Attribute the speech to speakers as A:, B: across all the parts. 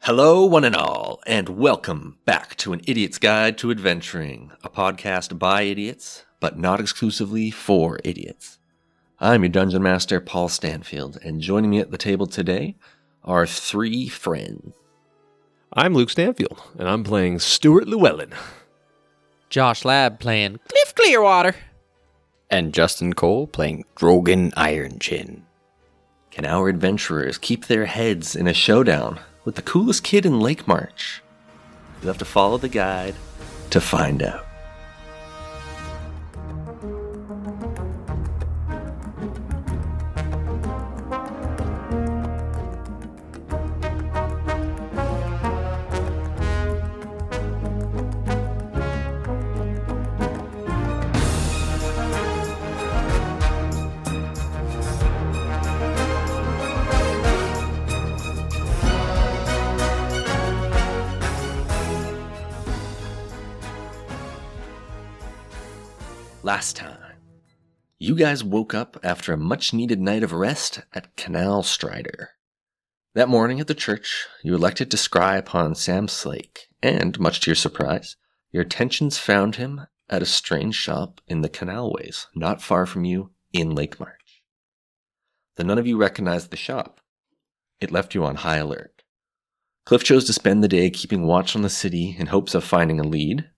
A: Hello, one and all, and welcome back to An Idiot's Guide to Adventuring, a podcast by idiots, but not exclusively for idiots. I'm your Dungeon Master, Paul Stanfield, and joining me at the table today are three friends.
B: I'm Luke Stanfield, and I'm playing Stuart Llewellyn.
C: Josh Lab playing Cliff Clearwater.
D: and Justin Cole playing Drogon Ironchin.
A: Can our adventurers keep their heads in a showdown with the coolest kid in Lake March? You'll have to follow the guide to find out. Last time, you guys woke up after a much needed night of rest at Canal Strider. That morning at the church, you elected to scry upon Sam Slake, and much to your surprise, your attentions found him at a strange shop in the canalways, not far from you in Lake March. The none of you recognized the shop. It left you on high alert. Cliff chose to spend the day keeping watch on the city in hopes of finding a lead,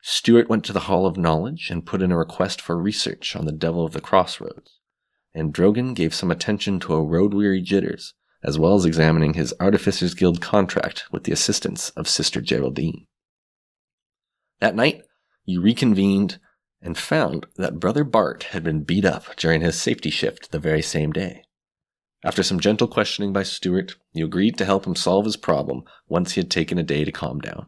A: Stuart went to the Hall of Knowledge and put in a request for research on the Devil of the Crossroads, and Drogon gave some attention to a road weary jitters, as well as examining his Artificers Guild contract with the assistance of Sister Geraldine. That night, you reconvened and found that Brother Bart had been beat up during his safety shift the very same day. After some gentle questioning by Stuart, you agreed to help him solve his problem once he had taken a day to calm down.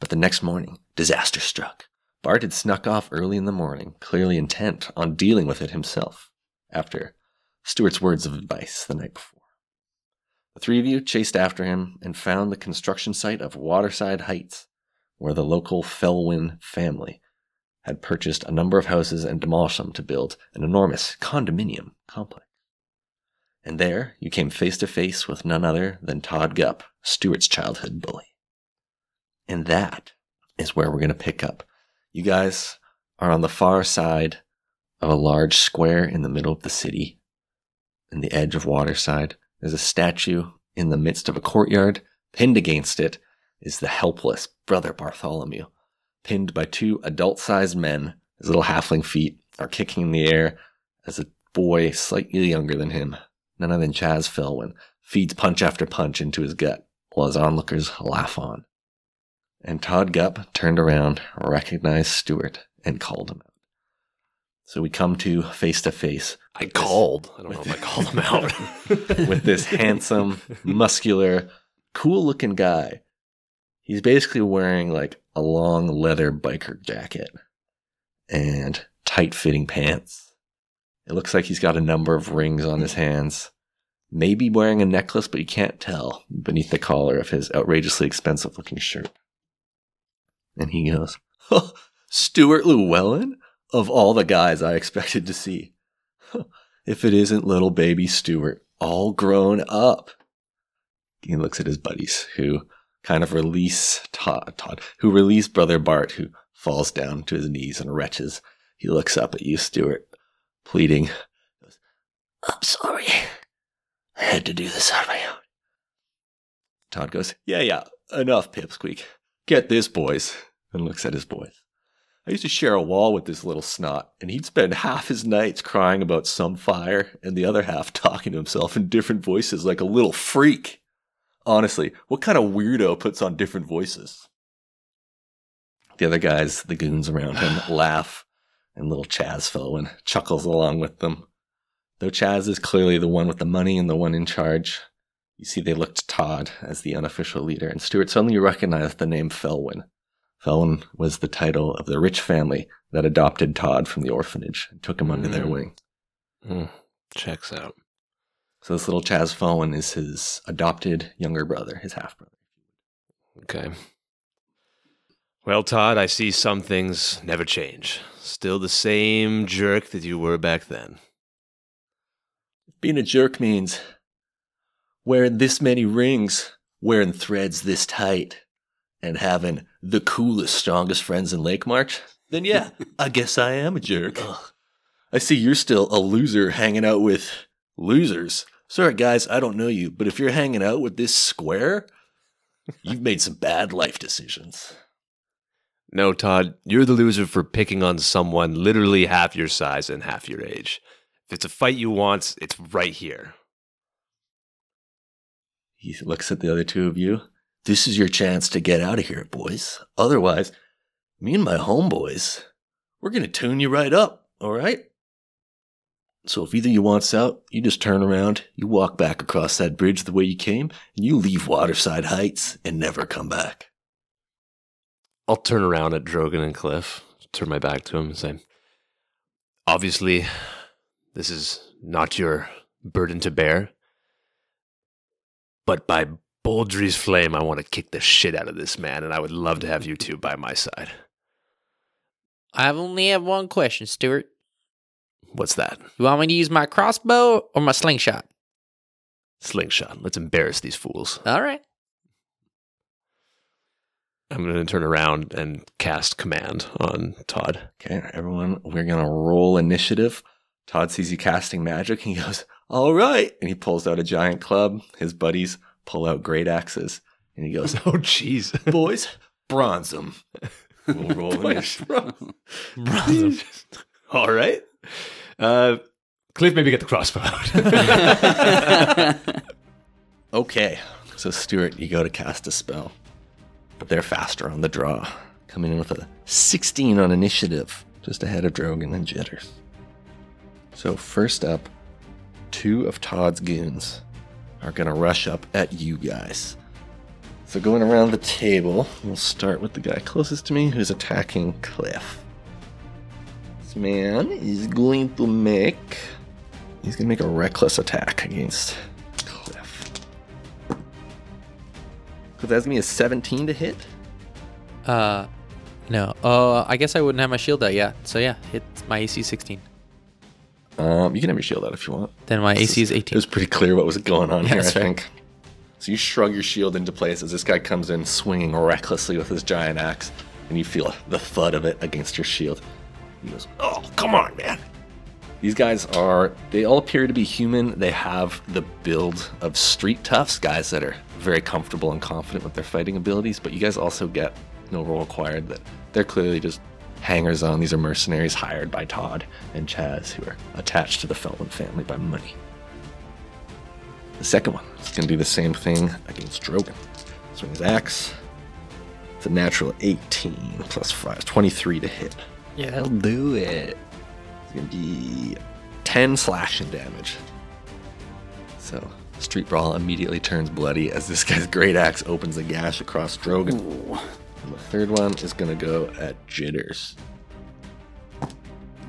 A: But the next morning, disaster struck. Bart had snuck off early in the morning, clearly intent on dealing with it himself, after Stuart's words of advice the night before. The three of you chased after him and found the construction site of Waterside Heights, where the local Felwyn family had purchased a number of houses and demolished them to build an enormous condominium complex. And there you came face to face with none other than Todd Gupp, Stuart's childhood bully. And that is where we're going to pick up. You guys are on the far side of a large square in the middle of the city. In the edge of Waterside, there's a statue in the midst of a courtyard. Pinned against it is the helpless Brother Bartholomew, pinned by two adult sized men. His little halfling feet are kicking in the air as a boy slightly younger than him, none other than Chaz Felwyn, feeds punch after punch into his gut while his onlookers laugh on and Todd Gupp turned around, recognized Stewart, and called him out. So we come to face to face
B: I called. I don't know if I called him out.
A: with this handsome, muscular, cool looking guy. He's basically wearing like a long leather biker jacket and tight fitting pants. It looks like he's got a number of rings on his hands. Maybe wearing a necklace, but you can't tell beneath the collar of his outrageously expensive looking shirt. And he goes, "Huh, Stuart Llewellyn? Of all the guys I expected to see. Huh, If it isn't little baby Stuart, all grown up. He looks at his buddies who kind of release Todd, Todd who release brother Bart, who falls down to his knees and retches. He looks up at you, Stuart, pleading. Goes, I'm sorry. I had to do this on my own. Todd goes, Yeah, yeah, enough, Pipsqueak. Get this, boys, and looks at his boys. I used to share a wall with this little snot, and he'd spend half his nights crying about some fire and the other half talking to himself in different voices like a little freak. Honestly, what kind of weirdo puts on different voices? The other guys, the goons around him, laugh, and little Chaz Felwyn chuckles along with them. Though Chaz is clearly the one with the money and the one in charge, you see, they looked to Todd as the unofficial leader, and Stuart suddenly recognized the name Felwyn. Felwyn was the title of the rich family that adopted Todd from the orphanage and took him under their
B: Mm.
A: wing.
B: Mm, Checks out.
A: So this little Chaz Felwyn is his adopted younger brother, his half brother.
B: Okay. Well, Todd, I see some things never change. Still the same jerk that you were back then.
A: Being a jerk means wearing this many rings wearing threads this tight and having the coolest, strongest friends in Lake March, then yeah, I guess I am a jerk. Ugh. I see you're still a loser hanging out with losers. Sorry, guys, I don't know you, but if you're hanging out with this square, you've made some bad life decisions.
B: No, Todd, you're the loser for picking on someone literally half your size and half your age. If it's a fight you want, it's right here.
A: He looks at the other two of you. This is your chance to get out of here, boys. Otherwise, me and my homeboys, we're going to tune you right up, all right? So if either you wants out, you just turn around, you walk back across that bridge the way you came, and you leave Waterside Heights and never come back.
B: I'll turn around at Drogon and Cliff, turn my back to him and say, Obviously, this is not your burden to bear, but by Boldry's flame, I want to kick the shit out of this man, and I would love to have you two by my side.
C: I only have one question, Stuart.
B: What's that?
C: You want me to use my crossbow or my slingshot?
B: Slingshot. Let's embarrass these fools.
C: All right.
B: I'm going to turn around and cast command on Todd.
A: Okay, everyone, we're going to roll initiative. Todd sees you casting magic and he goes, All right. And he pulls out a giant club. His buddies pull out great axes and he goes,
B: Oh, jeez.
A: Boys, bronze them. We'll roll initiative.
B: All right. Uh, Cliff, maybe get the crossbow out.
D: That's
A: Okay, so Stuart, you go to cast a spell, but they're faster on the draw, coming in with a 16 on initiative, just ahead of Drogon and Jitters. So, first up, two of Todd's goons are going to rush up at you guys. So, going around the table, we'll start with the guy closest to me who's attacking Cliff. This man is going to make. He's going to make a reckless attack against Cliff. So that's me a 17 to hit.
C: Uh, no. Uh, I guess I wouldn't have my shield out yet. So yeah, it's my AC 16.
A: Um, you can have your shield out if you want.
C: Then my AC is
A: It
C: 18.
A: was pretty clear what was going on here, I
C: that's fair.
A: think. So you shrug your shield into place as this guy comes in swinging recklessly with his giant axe, and you feel the thud of it against your shield. He goes, Oh, come on, man. These guys are, they all appear to be human. They have the build of street toughs, guys that are very comfortable and confident with their fighting abilities, but you guys also get no role required that they're clearly just hangers on. These are mercenaries hired by Todd and Chaz who are attached to the Feldman family by money. The second one is going to do the same thing against Drogon. Swing his axe. It's a natural 18 plus 5, 23 to hit.
C: Yeah,
A: That'll do it. It's going to be 10 slashing damage. So, Street Brawl immediately turns bloody as this guy's great axe opens a gash across Drogon. And the third one is going to go at Jitters.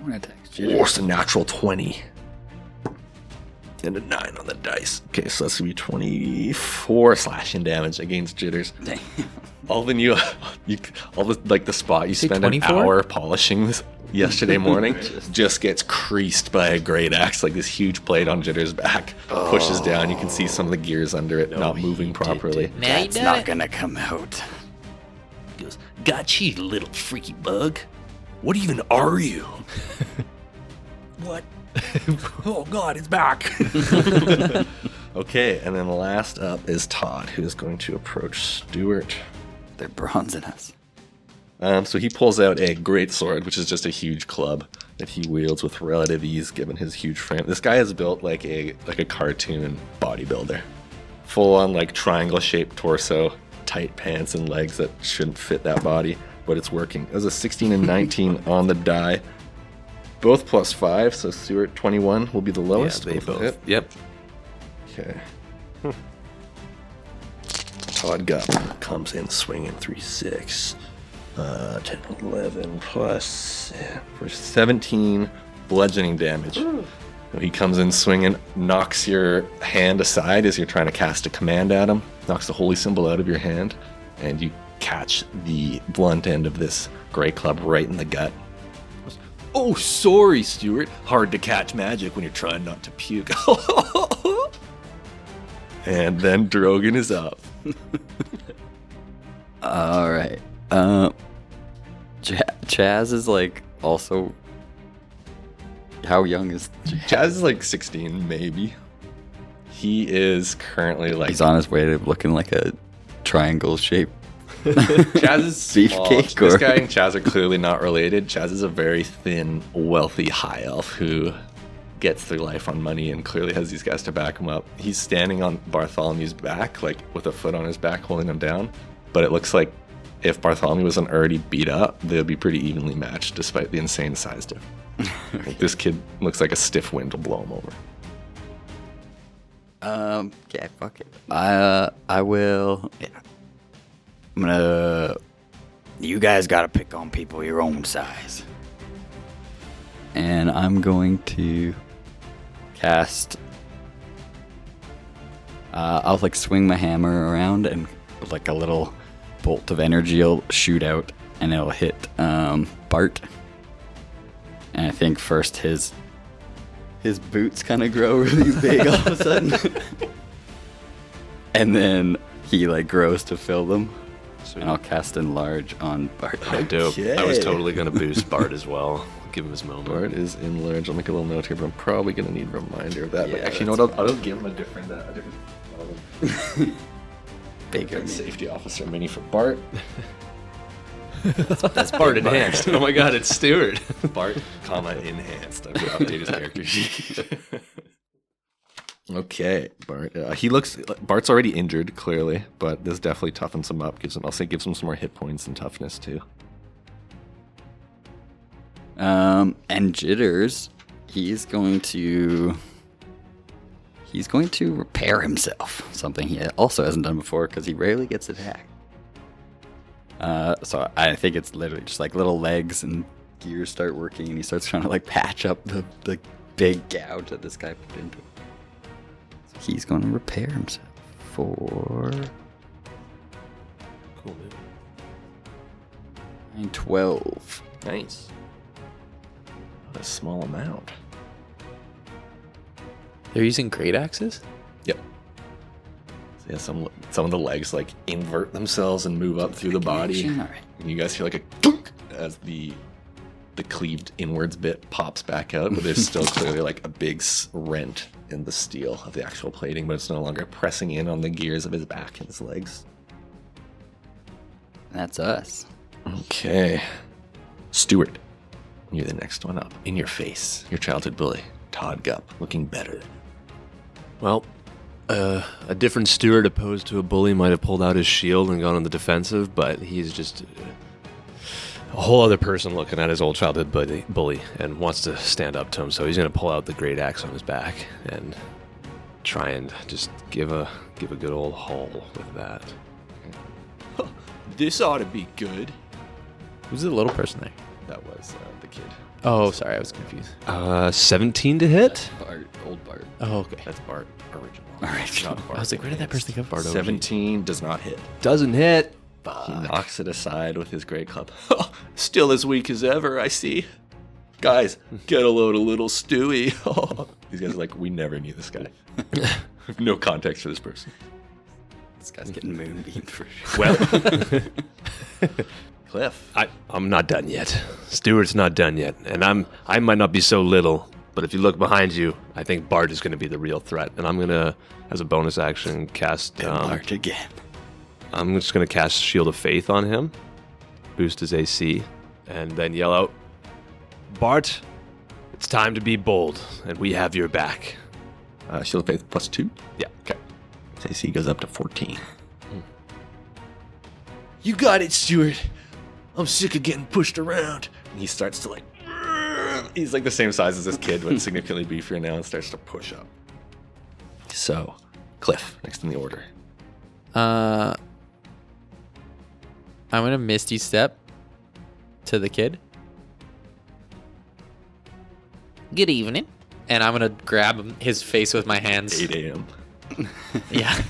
D: One attacks
A: Or it's a natural 20. And a 9 on the dice. Okay, so that's going to be 24 slashing damage against Jitters. Alvin, you, you all the like the spot you
C: Say
A: spent an
C: 24?
A: hour polishing this yesterday morning just gets creased by a great axe. Like this huge plate on Jitter's back pushes down. You can see some of the gears under it not moving properly.
C: now you done
D: not
C: it.
D: gonna come out.
A: He goes, Got you, little freaky bug. What even are you? what? oh, God, it's back. okay, and then last up is Todd, who is going to approach Stuart.
D: They're bronzing us.
A: Um, so he pulls out a great sword, which is just a huge club that he wields with relative ease, given his huge frame. This guy is built like a like a cartoon bodybuilder, full on like triangle shaped torso, tight pants and legs that shouldn't fit that body, but it's working. It was a 16 and 19 on the die, both plus five, so Stuart 21 will be the
B: Yeah,
A: lowest.
B: they
A: Both
B: both.
A: hit.
B: Yep. Hmm.
A: Okay. Todd Gup comes in swinging 3 6. Uh, 10, 11 plus eh, for 17 bludgeoning damage. He comes in swinging, knocks your hand aside as you're trying to cast a command at him, knocks the holy symbol out of your hand, and you catch the blunt end of this gray club right in the gut. Oh, sorry, Stuart. Hard to catch magic when you're trying not to puke. and then Drogon is up.
D: All right. Uh, Ch- Chaz is like also. How young is
A: Chaz is like 16, maybe. He is currently like.
D: he's on his way to looking like a triangle shape?
A: Chaz is small.
D: Beefcake
A: This
D: or-
A: guy and Chaz are clearly not related. Chaz is a very thin, wealthy high elf who gets through life on money and clearly has these guys to back him up. He's standing on Bartholomew's back, like with a foot on his back holding him down. But it looks like if Bartholomew wasn't already beat up, they'll be pretty evenly matched despite the insane size difference. Like, this kid looks like a stiff wind will blow him over.
D: Um. Yeah. Fuck it. I. Uh, I will. Yeah. I'm gonna. You guys gotta pick on people your own size. And I'm going to cast. Uh, I'll like swing my hammer around and like a little bolt of energy will shoot out and it'll hit um, Bart. And I think first his his boots kind of grow really big all of a sudden. and then he like grows to fill them. And I'll cast enlarge on Bart.
B: Oh, dope. I was
D: Okay.
B: totally going to boost Bart as well. Give him his moment.
A: Bard is enlarged. I'll make a little note here, but I'm probably gonna need a reminder of that. but
D: Yeah,
A: actually, you know what? I'll, I'll give him a different, uh, a different
D: Bigger.
A: safety officer mini for Bart.
B: That's Bart enhanced. oh my god, it's Stewart.
A: Bart, comma enhanced. I'm gonna update his character sheet. okay, Bart. Uh, he looks. Bart's already injured, clearly, but this definitely toughens him up. Gives him. I'll say gives him some more hit points and toughness too.
D: Um, and Jitters, he's going to. He's going to repair himself, something he also hasn't done before because he rarely gets attacked. Uh, so I think it's literally just like little legs and gears start working, and he starts trying to like patch up the, the big gouge that this guy put into. it. So he's going to repair himself for
B: Cool, dude.
D: nine, 12.
A: Nice. What a small amount.
C: They're using great axes?
A: Yep. So yeah, some some of the legs like invert themselves and move up through the body.
D: All right.
A: And you guys hear like a dunk as the the cleaved inwards bit pops back out, but there's still clearly like a big s- rent in the steel of the actual plating, but it's no longer pressing in on the gears of his back and his legs.
D: That's us.
A: Okay. Stuart, you're the next one up. In your face, your childhood bully, Todd Gupp, looking better.
B: Well, uh, a different Stewart opposed to a bully might have pulled out his shield and gone on the defensive, but he's just uh, a whole other person looking at his old childhood buddy, bully and wants to stand up to him. So he's going to pull out the great axe on his back and try and just give a give a good old haul with that.
A: This ought to be good.
C: Who's the little person there?
A: That was uh, the kid.
C: Oh, sorry, I was confused.
B: Uh, 17 to hit.
D: Bart, old Bart.
C: Oh, okay.
A: That's Bart original.
D: Original.
A: Not Bart
C: I was like, where did that person come from?
B: Bardo.
A: 17 does not hit.
B: Doesn't hit.
A: He knocks it aside with his great club. Still as weak as ever, I see. Guys, get a load of little Stewie. These guys are like, we never knew this guy. no context for this person.
D: This guy's getting moonbeamed for sure.
B: Well,
A: Cliff.
B: I, I'm not done yet. Stewart's not done yet, and I'm I might not be so little, but if you look behind you, I think Bart is going to be the real threat, and I'm gonna, as a bonus action, cast. Um,
D: Bart again.
B: I'm just gonna cast Shield of Faith on him, boost his AC, and then yell out, "Bart, it's time to be bold, and we have your back."
A: Uh, Shield of Faith plus two.
B: Yeah.
A: Okay. His AC goes up to 14.
E: You got it, Stuart. I'm sick of getting pushed around.
A: And he starts to like. He's like the same size as this kid, but significantly beefier now and starts to push up. So, Cliff, next in the order.
C: Uh, I'm gonna misty step to the kid. Good evening. And I'm gonna grab him- his face with my hands.
A: 8 a.m.
C: Yeah.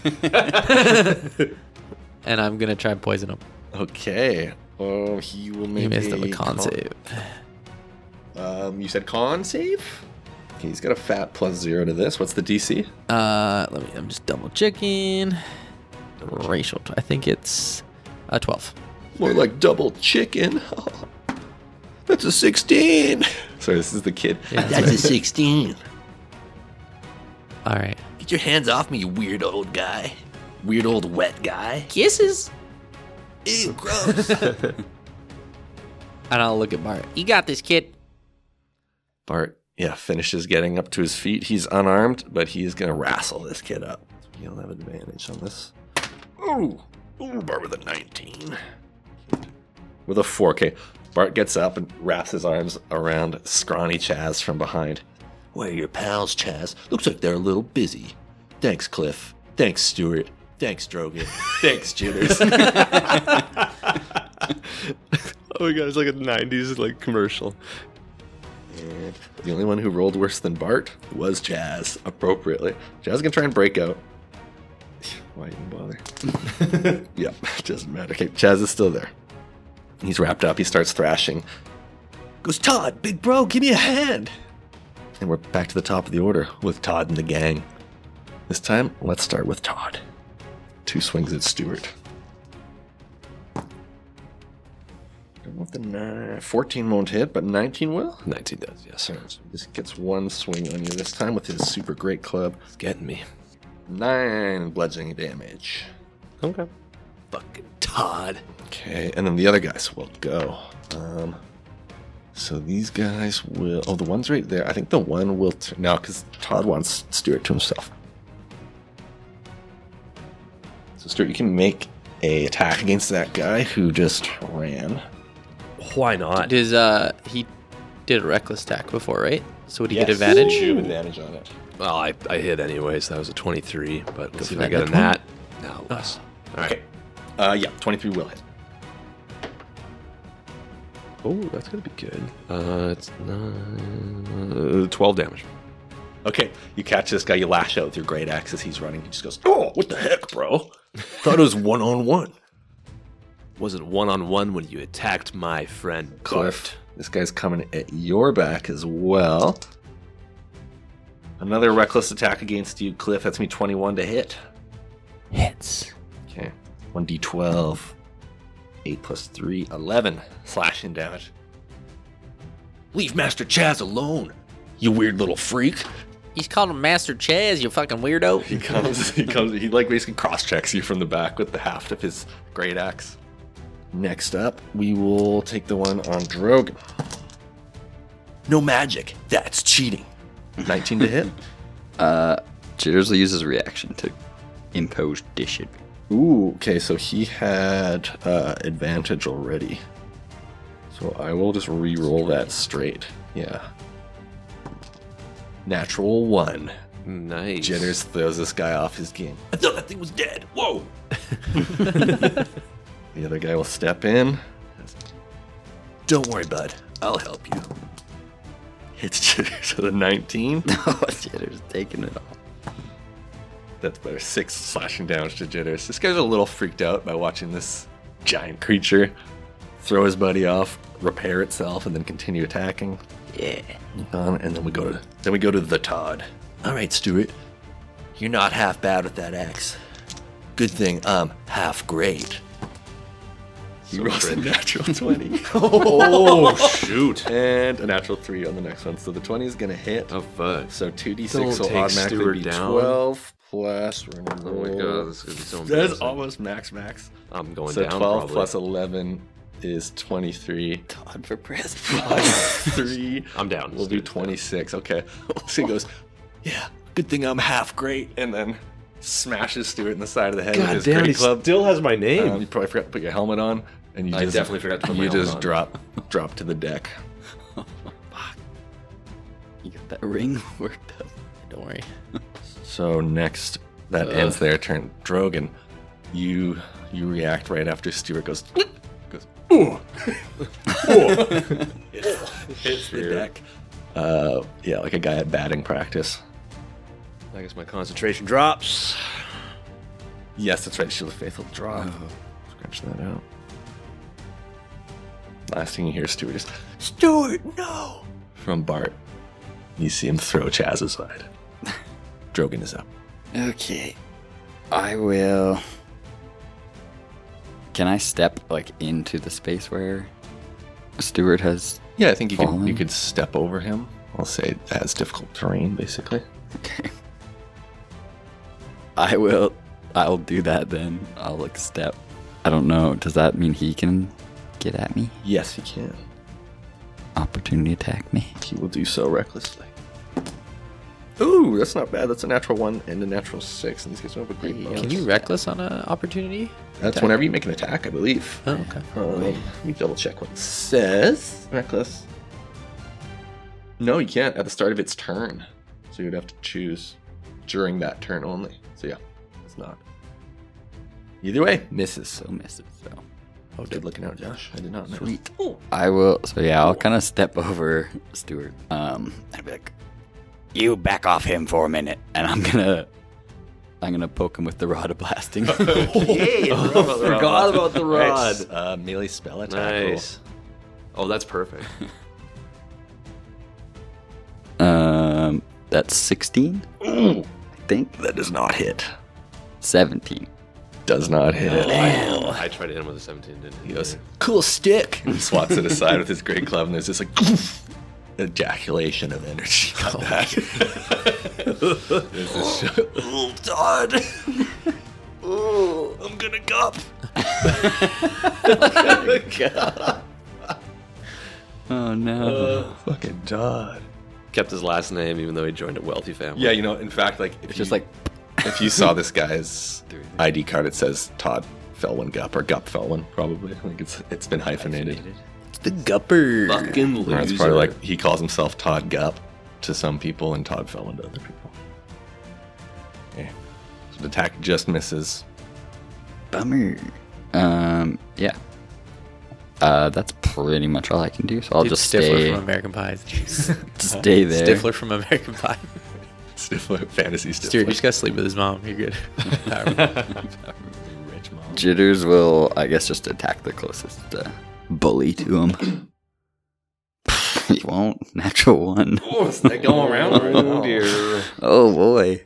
C: and I'm gonna try and poison him.
A: Okay. Oh, he will make
C: He missed
A: a
C: it with con save.
A: Um, you said con save. He's got a fat plus zero to this. What's the DC?
C: Uh, let me. I'm just double checking. racial. t- I think it's uh, 12.
A: More like double chicken. That's a 16. Sorry, this is the kid. That's a 16.
C: All right.
A: Get your hands off me, you weird old guy. Weird old wet guy.
C: Kisses?
A: Ew, gross.
C: And I'll look at Bart. You got this, kid.
A: Bart, yeah, finishes getting up to his feet. He's unarmed, but he's gonna wrestle this kid up. He'll have advantage on this. Ooh, ooh, Bart with a 19. With a 4K, Bart gets up and wraps his arms around scrawny Chaz from behind. Where are your pals, Chaz? Looks like they're a little busy. Thanks, Cliff. Thanks, Stuart. Thanks, Drogan. Thanks, Jitters.
B: Oh my god, it's like a '90s like commercial.
A: The only one who rolled worse than Bart was Jazz, appropriately. Jazz can try and break out. Why even bother? yep, doesn't matter. Okay, Jazz is still there. He's wrapped up. He starts thrashing. Goes, Todd, big bro, give me a hand. And we're back to the top of the order with Todd and the gang. This time, let's start with Todd. Two swings at Stewart. I don't know if the ni- 14 won't hit, but 19 will?
B: 19 does, yes. It's
A: Just gets one swing on you this time with his super great club.
B: getting me.
A: Nine bludgeoning damage.
B: Okay.
A: Fucking Todd. Okay, and then the other guys will go. Um, so these guys will. Oh, the one's right there. I think the one will. T- no, because Todd wants Stuart to himself. So Stuart, you can make a attack against that guy who just ran.
B: Why not?
C: Does, uh, he did a reckless attack before, right? So would he get
A: Yes,
C: advantage?
A: You have advantage on it.
B: Well, I, I hit anyways. That was a 23, but let's see if I
C: that.
B: get
C: A
B: a nat. No, less.
A: Okay. Uh, yeah, twenty-three will hit.
B: Oh, that's gonna be good. Uh, it's uh, 12 damage.
A: Okay, you catch this guy, you lash out with your great axe as he's running. He just goes, Oh, what the heck, bro? Thought it was one on one.
B: Wasn't one on one when you attacked my friend Cliff.
A: This guy's coming at your back as well. Another reckless attack against you, Cliff. That's me 21 to hit.
C: Hits.
A: Okay. 1d12. 8 plus 3, 11 slashing damage. Leave Master Chaz alone, you weird little freak.
C: He's called him Master Chaz, you fucking weirdo.
A: He comes, he comes, he like basically cross checks you from the back with the haft of his great axe. Next up, we will take the one on Drogon. No magic. That's cheating. 19 to hit.
D: Jitters will use his reaction to impose dish.
A: Ooh, okay, so he had uh, advantage already. So I will just re roll that straight. Yeah. Natural one.
B: Nice.
A: Jitters throws this guy off his game. I thought that thing was dead. Whoa. the other guy will step in. Don't worry, bud. I'll help you. Hits Jitters with a 19.
D: Oh, Jitters taking it all.
A: That's better. Six slashing damage to Jitters. This guy's a little freaked out by watching this giant creature throw his buddy off, repair itself, and then continue attacking.
D: Yeah.
A: Um, and then we go to then we go to the Todd. All right, Stuart, you're not half bad with that axe. Good thing I'm half great. He rolls a natural twenty. oh shoot! And a natural three on the next one, so the twenty is gonna hit.
B: Oh, fuck.
A: So two d
B: Don't
A: six will
B: take
A: automatically
B: Stuart
A: be
B: down.
A: twelve plus. We're gonna
B: Oh my
A: roll-
B: god, this is gonna be so
A: That
B: embarrassing.
A: is almost max max.
B: I'm going
A: So
B: down.
A: twelve
B: probably.
A: plus eleven is twenty three.
D: Todd for president.
A: three.
B: I'm down.
A: We'll do 26. Okay. So he goes, Yeah, good thing I'm half great. And then smashes Stuart in the side of the head with his great club.
B: still has my name.
A: Um, you probably forgot to put your helmet on. And you
B: I
A: just,
B: definitely forgot to put my
A: You
B: helmet
A: just
B: on.
A: drop drop to the deck.
D: You got that ring worked up.
C: Don't worry.
A: So next, that ends their turn. Drogon, you you react right after Stuart goes, goes, ooh, ooh, hits, hits the deck. Uh, yeah, like a guy at batting practice.
B: I guess my concentration drops.
A: Yes, that's right. Shield of Faith will draw. Oh, Scratch that out. Last thing you hear, Stuart is, Stuart, no! From Bart. You see him throw Chaz aside. Drogon is up.
D: Okay. I will Can I step like into the space where Stewart has?
A: Yeah, I think you could, you
D: Fallen.
A: could step over him. I'll say that's difficult terrain, basically.
D: Okay. I will. I'll do that then. I'll like step. I don't know. Does that mean he can get at me?
A: Yes, he can.
D: Opportunity attack me?
A: He will do so recklessly. Ooh, that's not bad. That's a natural one and a natural six, and these guys don't have a great bonus.
C: Can you reckless on an opportunity?
A: That's whenever you make an attack, I believe.
C: Oh, okay.
A: Um, let me double check what it says. Reckless. No, you can't at the start of its turn. So you'd have to choose during that turn only. So yeah, it's not. Either way, misses.
D: So misses. So
A: Oh, good looking out, Josh. I did not know.
D: sweet. I will. So yeah, I'll kind of step over Stewart. Um, and be like, "You back off him for a minute," and I'm gonna, I'm gonna poke him with the rod of blasting.
B: Forgot about the
A: Nice. Uh, melee spell
B: Ah,
A: attack. roll.
B: Nice. Oh, that's perfect.
D: um, that's sixteen. I think
A: That does not hit.
D: seventeen.
A: Does not hit.
B: I tried to hit him with a 17, didn't
A: He goes, cool stick. And swats it aside with his great club, and there's this like Oh ejaculation of energy. Come back. There's this sh- Ooh, Todd. Ooh, Oh, I'm gonna gup. I'm gonna gup.
D: Oh no.
C: Uh,
A: Fucking Todd.
B: Kept his last name even though he joined a wealthy family.
A: Yeah, you know, in fact, like if
D: it's
A: you,
D: just like
A: if you saw this guy's ID card, it says Todd Felwyn Gup or Gup Felwyn, probably. Like it's it's been hyphenated. It's the Gupper.
B: Fucking loser.
A: Or it's probably like he calls himself Todd Gup to some people and Todd Felwyn to other people. Yeah. So the attack just misses.
D: bummer. Um, yeah. Uh, that's pretty much all I can do. So I'll
C: Dude,
D: just
C: Stifler
D: stay,
C: from American Pie.
D: stay there.
C: Stifler from American Pie.
A: Stifler, fantasy Stifler.
C: Dude, you just gotta sleep with his mom. You're good. Alright.
A: Rich mom.
D: Jitters will, I guess, just attack the closest uh, bully to him. he won't. Natural one.
A: going around?
B: oh, dear.
D: Oh boy,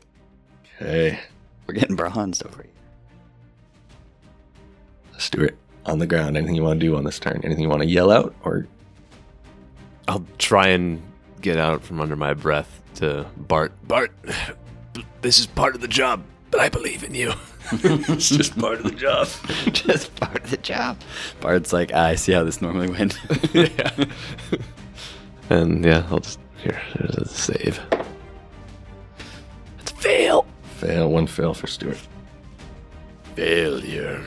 A: Okay.
D: we're getting bronzed over here.
A: Stuart, on the ground, anything you want to do on this turn? Anything you want to yell out? Or
B: I'll try and get out from under my breath to Bart. Bart, this is part of the job, but I believe in you. it's just part of the job.
D: Just part of the job. Bard's like, "Ah, I see how this normally went.
B: yeah. and yeah, I'll just here. There's a save. It's fail.
A: fail, one fail for Stuart.
B: Failure.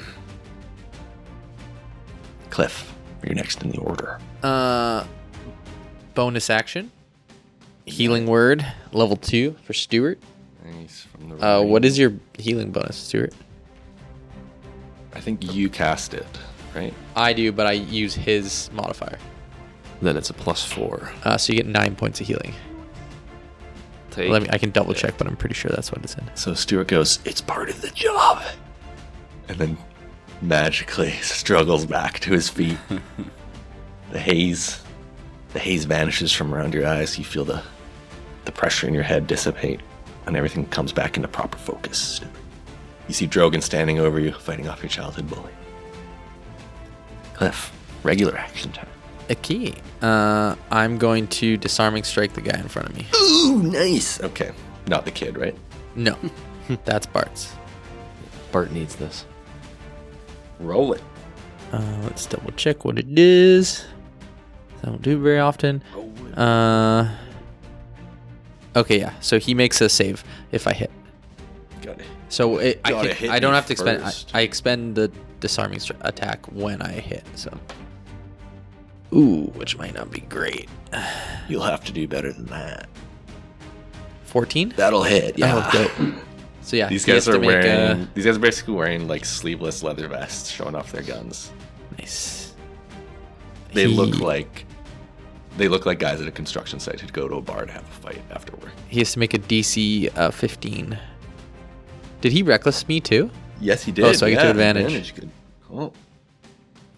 A: Cliff, you're next in the order.
C: uh, bonus action. Healing word, level two for Stuart.
A: Nice. From the
C: Uh, what is your healing bonus, Stuart?
A: I think you cast it, right?
C: I do, but I use his modifier.
B: Then it's a plus four.
C: Uh, so you get nine points of healing.
B: Take.
C: Let me. I can double check, but I'm pretty sure that's what it's in.
A: So Stuart goes, It's part of the job. And then magically struggles back to his feet. the haze the haze vanishes from around your eyes. You feel the the pressure in your head dissipate, and everything comes back into proper focus. You see Drogon standing over you, fighting off your childhood bully. Cliff, regular action time.
C: A key. Uh, I'm going to disarming strike the guy in front of me.
A: Ooh, nice. Okay. Not the kid, right?
C: No, that's Bart's.
B: Bart needs this.
A: Roll it.
C: Uh, let's double check what it is. I don't do it very often. Uh, okay, yeah. So he makes a save if I hit.
A: Got it.
C: So it, I,
A: Gotta
C: can-
A: hit
C: I don't
A: me
C: have to expend. I,
A: first.
C: I expend the disarming str- attack when I hit. So, ooh, which might not be great.
A: You'll have to do better than that.
C: Fourteen.
A: That'll hit. Yeah.
C: Oh, dope. So yeah,
A: These
C: he
A: guys
C: has
A: are
C: to make a-
A: wearing. These guys are basically wearing like sleeveless leather vests, showing off their guns.
C: nice.
A: They look
C: He-
A: like. They look like guys at a construction site who'd go to a bar to have a fight after work.
C: He has to make a DC uh, 15. Did he reckless me too?
A: Yes, he did.
C: Oh, so I get to advantage.
A: Good. Cool.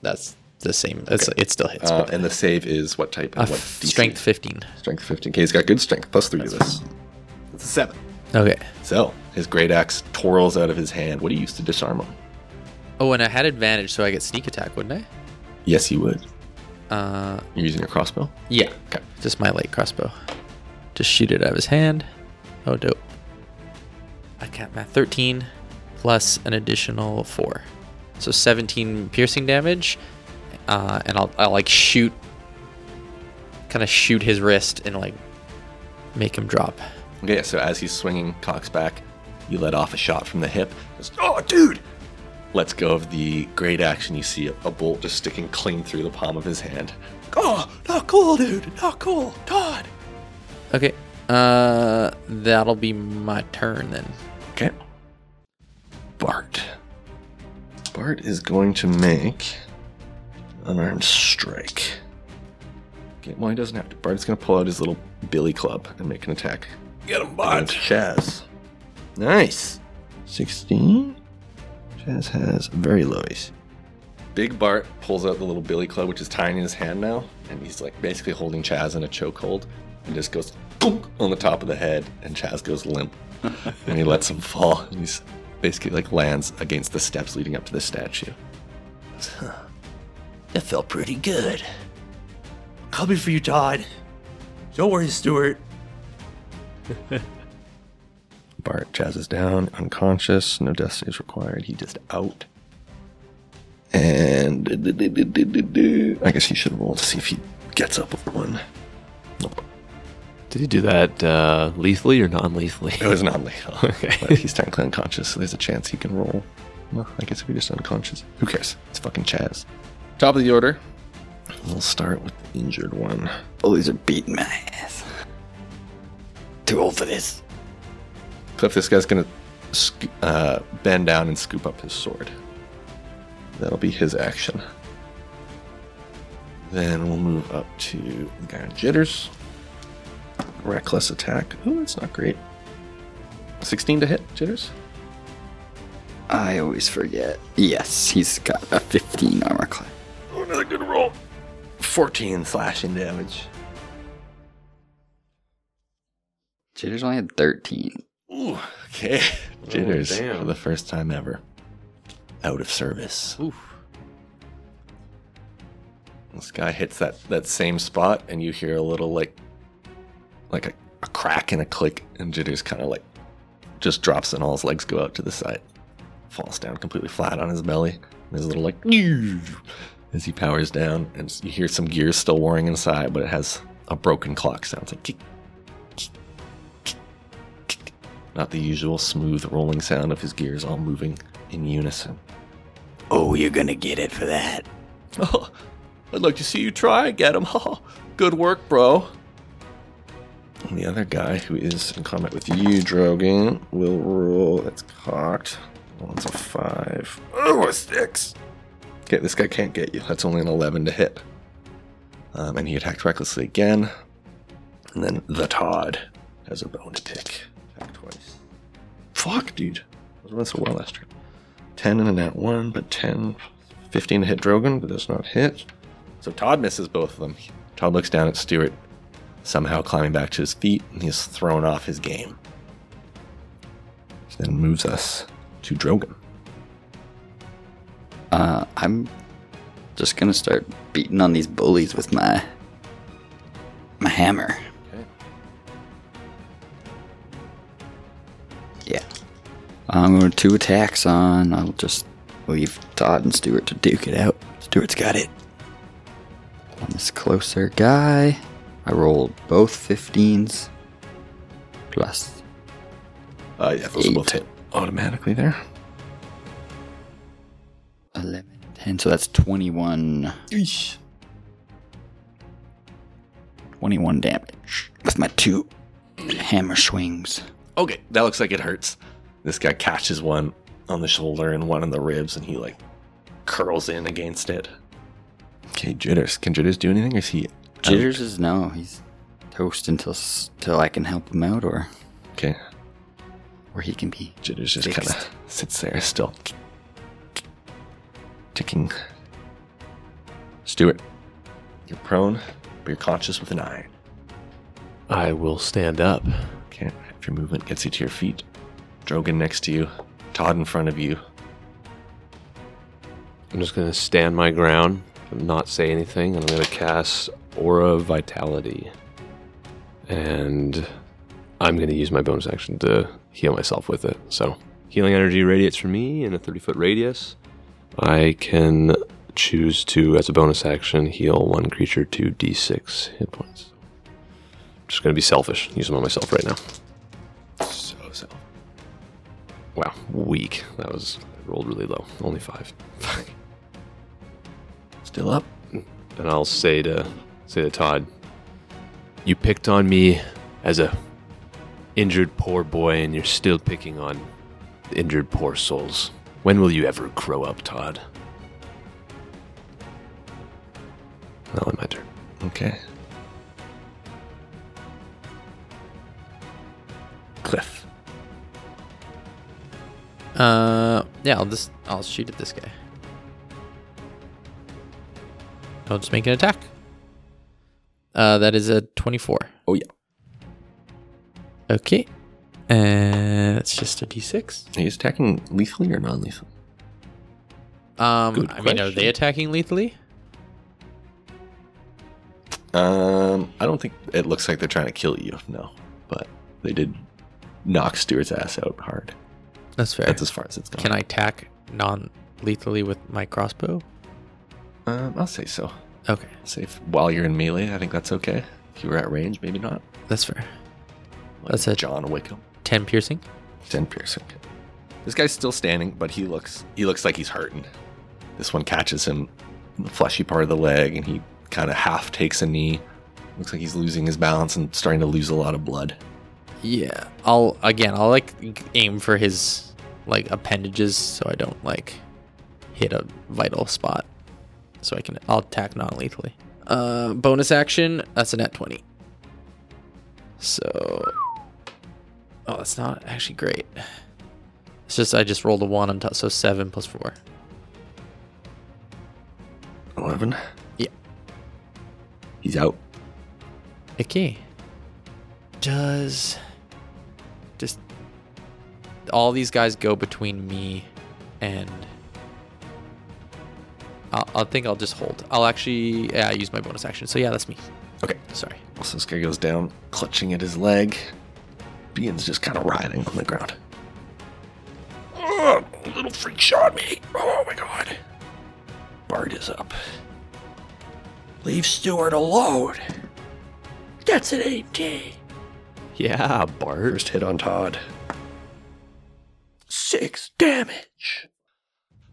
C: That's the same. It's, it still hits.
A: Uh,
C: but-
A: and the save is what type?
C: Uh,
A: And what
C: f- strength 15.
A: Strength 15. Okay, he's got good strength. Plus three to this. It's a seven.
C: Okay.
A: So his great axe twirls out of his hand. What do you use to disarm him?
C: Oh, and I had advantage, so I get sneak attack, wouldn't
A: Yes, you would.
C: I? Uh,
A: You're using a crossbow?
C: yeah.
A: Okay.
C: Just my light crossbow. Just shoot it out of his hand. Oh, dope. I got math 13 plus an additional four, so 17 piercing damage. Uh, and I'll, I'll like shoot, kind of shoot his wrist and like make him drop.
A: Okay, so as he's swinging cocks back, you let off a shot from the hip. Just, oh, dude! Let's go of the great action. You see a, a bolt just sticking clean through the palm of his hand. Oh, not cool, dude. Not cool. God.
C: Okay. Uh, that'll be my turn then.
A: Okay. Bart. Bart is going to make unarmed strike. Okay, well, he doesn't have to. Bart is going to pull out his little billy club and make an attack. Get him, Bart! Chaz. Nice! 16. Chaz has very low ace. Big Bart pulls out the little billy club, which is tiny in his hand now, and he's like basically holding Chaz in a chokehold and just goes "Bonk" on the top of the head, and Chaz goes limp and he lets him fall. And he's basically like lands against the steps leading up to the statue.
E: That felt pretty good. Coming for you, Todd. Don't worry, Stuart.
A: Bart Chaz is down, unconscious, no destiny is required. He just out. And I guess he should roll to see if he gets up with one. Nope.
B: Did he do that uh, lethally or non-lethally?
A: It was not lethal.
B: Okay.
A: But he's technically unconscious, so there's a chance he can roll. Well, I guess if you're just unconscious, who cares? It's fucking Chaz. Top of the order. We'll start with the injured one.
D: Bullies are beating my ass. Too old for this.
A: Cliff, this guy's gonna sc- uh, bend down and scoop up his sword. That'll be his action. Then we'll move up to the guy on jitters. Reckless attack. Ooh, that's not great. 16 to hit, jitters.
D: I always forget. Yes, he's got a 15 armor class.
A: Oh, another good roll. 14 slashing damage.
D: Jitter's only had 13.
A: Ooh, okay. Jitters for the first time ever. Out of service. Oof. This guy hits that, that same spot, and you hear a little like, like a, a crack and a click, and Jitters kind of like just drops, and all his legs go out to the side. Falls down completely flat on his belly. And there's a little like, as he powers down, and you hear some gears still whirring inside, but it has a broken clock sound. It's like, tick, not the usual smooth rolling sound of his gears all moving in unison.
D: Oh, you're gonna get it for that.
A: Oh, I'd like to see you try and get him. Oh, Good work, bro. And the other guy who is in combat with you, Drogon, will roll. That's cocked. That One's a five. Oh, a six. Okay, this guy can't get you. That's only an 11 to hit. Um, and he attacked recklessly again. And then the Todd has a bone to pick. Attack twice. Fuck, dude. I was running so well last turn. 10 and a nat 1, but 10, 15 to hit Drogon, but does not hit. So Todd misses both of them. Todd looks down at Stuart, somehow climbing back to his feet, and he's thrown off his game. Which then moves us to Drogon.
D: Uh, I'm just gonna start beating on these bullies with my my hammer.
A: Okay.
D: Yeah. I'm gonna two attacks on. I'll just leave Todd and Stewart to duke it out. Stewart's got it. On this closer guy, I rolled both 15s. Plus,
A: Uh, yeah, those
D: Eight.
A: both hit automatically there.
D: 11, 10, so that's 21. 21 damage with my two hammer swings.
A: Okay, that looks like it hurts. This guy catches one on the shoulder and one on the ribs, and he like curls in against it. Okay, Jitters. Can Jitters do anything? Or is he out?
D: Jitters is no, he's toast until s- till I can help him out or
A: Okay,
D: or he can be.
A: Jitters just kind
D: Fixed.
A: of sits there still, ticking. Stuart, you're prone, but you're conscious with an eye.
B: I will stand up.
A: Okay, if your movement gets you to your feet, Drogon next to you, Todd in front of you.
B: I'm just gonna stand my ground, and not say anything, and I'm gonna cast Aura Vitality. And I'm gonna use my bonus action to heal myself with it. So healing energy radiates from me in a 30 foot radius. I can choose to, as a bonus action, heal one creature to d6 hit points. I'm just gonna be selfish, use them on myself right now. So selfish. Wow, weak. That was rolled really low. Only five.
A: Still up.
B: and I'll say to say to Todd, "You picked on me as a injured poor boy, and you're still picking on injured poor souls. When will you ever grow up, Todd?" Now on my turn.
A: Okay. Cliff.
C: Uh, yeah, I'll just I'll shoot at this guy. I'll just make an attack. Uh, that is a twenty-four.
A: Oh, yeah.
C: Okay, and it's just a d6.
A: Are you attacking lethally or non lethal?
C: Um,
B: Good
C: I mean, are
B: question.
C: they attacking lethally?
A: Um, I don't think it looks like they're trying to kill you, no. But they did knock Stewart's ass out hard.
C: That's fair.
A: That's as far as it's gone.
C: Can I attack non-lethally with my crossbow?
A: Um, I'll say so.
C: Okay,
A: Say if, while you're in melee, I think that's okay. If you were at range, maybe not.
C: that's fair.
A: Like
C: That's it.
A: John Wickham,
C: Ten piercing.
A: ten piercing. This guy's still standing, but he looks he looks like he's hurting. This one catches him in the fleshy part of the leg, and he kind of half takes a knee. Looks like he's losing his balance and starting to lose a lot of blood.
C: Yeah, I'll again. I'll like aim for his like appendages so I don't like hit a vital spot. So I can I'll attack non-lethally. Uh, bonus action. That's a net twenty. So, oh, that's not actually great. It's just I just rolled a one on top, so seven plus four.
A: Eleven.
C: Yeah.
A: He's out.
C: Okay. Does just all these guys go between me and I'll, I'll think I'll just hold. I'll actually yeah, use my bonus action. So yeah, that's me.
A: Okay.
C: Sorry.
A: So this guy goes down, clutching at his leg. Bean's just kind of writhing on the ground. Oh, little freak shot me. Oh my god. Bart is up.
E: Leave Stewart alone. That's an 18.
B: Yeah, Bart.
A: First hit on Todd.
E: Six damage.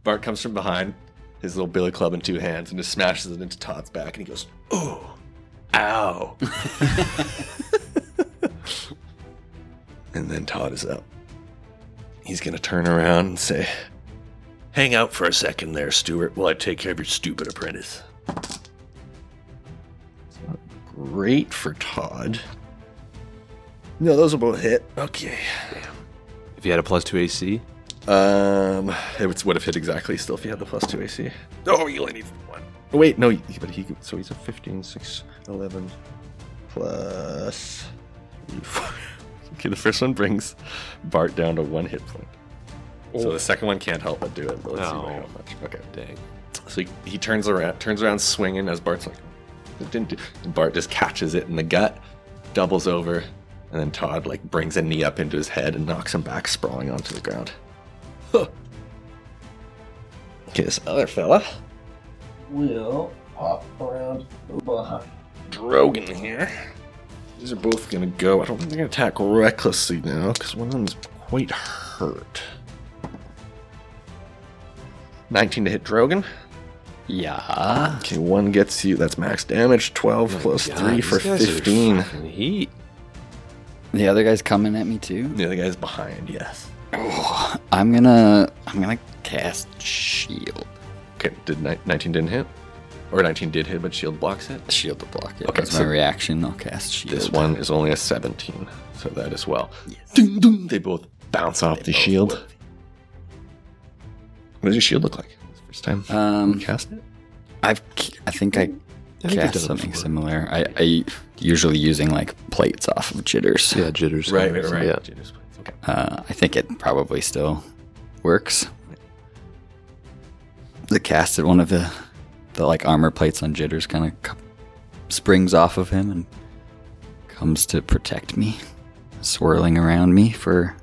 A: Bart comes from behind, his little billy club in two hands, and just smashes it into Todd's back, and he goes, Ooh, ow. and then Todd is up. He's going to turn around and say,
E: Hang out for a second there, Stewart, while I take care of your stupid apprentice.
A: Great for Todd. No, those will both hit. Okay.
B: If you had a plus two AC,
A: Um, it would- would have hit exactly still if you had the plus two AC. Oh, you only need one. Oh, wait, no, he- but he could- so he's a 15, 6, 11, plus. three, four. Okay, the first one brings Bart down to one hit point. So the second one can't help but do it. But let's see by
B: No.
A: how much. Okay.
B: dang.
A: So he, he turns around, turns around swinging as Bart's like, "It didn't do-" And Bart just catches it in the gut, doubles over, and then Todd like brings a knee up into his head and knocks him back sprawling onto the ground. Huh. Okay, this other fella will pop around behind Drogon here. These are both gonna go. I don't think they're gonna attack recklessly now because one of them's quite hurt. 19 to hit Drogon.
D: Yeah.
A: Okay, one gets you. That's max damage. Twelve plus
B: Oh God,
A: three
B: these
A: for
B: guys are
A: fifteen.
B: fucking Heat.
D: The other guy's coming at me too.
A: The other guy's behind. Yes.
D: Oh, I'm gonna I'm gonna cast shield.
A: Okay. Did ni- nineteen didn't hit, or nineteen did hit, but shield blocks it.
D: Shield to block it.
A: Okay,
D: That's
A: so-
D: my reaction. I'll cast shield.
A: This one is only a seventeen, so that as well. Ding, ding. They both bounce off the shield. What does your shield look like? First time
D: Um,
A: cast it.
D: I've c- I think I
B: I think I've
D: cast
B: done it
D: something
B: before.
D: similar. I, I usually using like plates off of jitters.
B: Yeah, jitters. Yeah.
A: Genius points, Okay.
D: Uh, I think it probably still works. the cast at one of the, the like armor plates on Jitters kind of c- springs off of him and comes to protect me, swirling around me for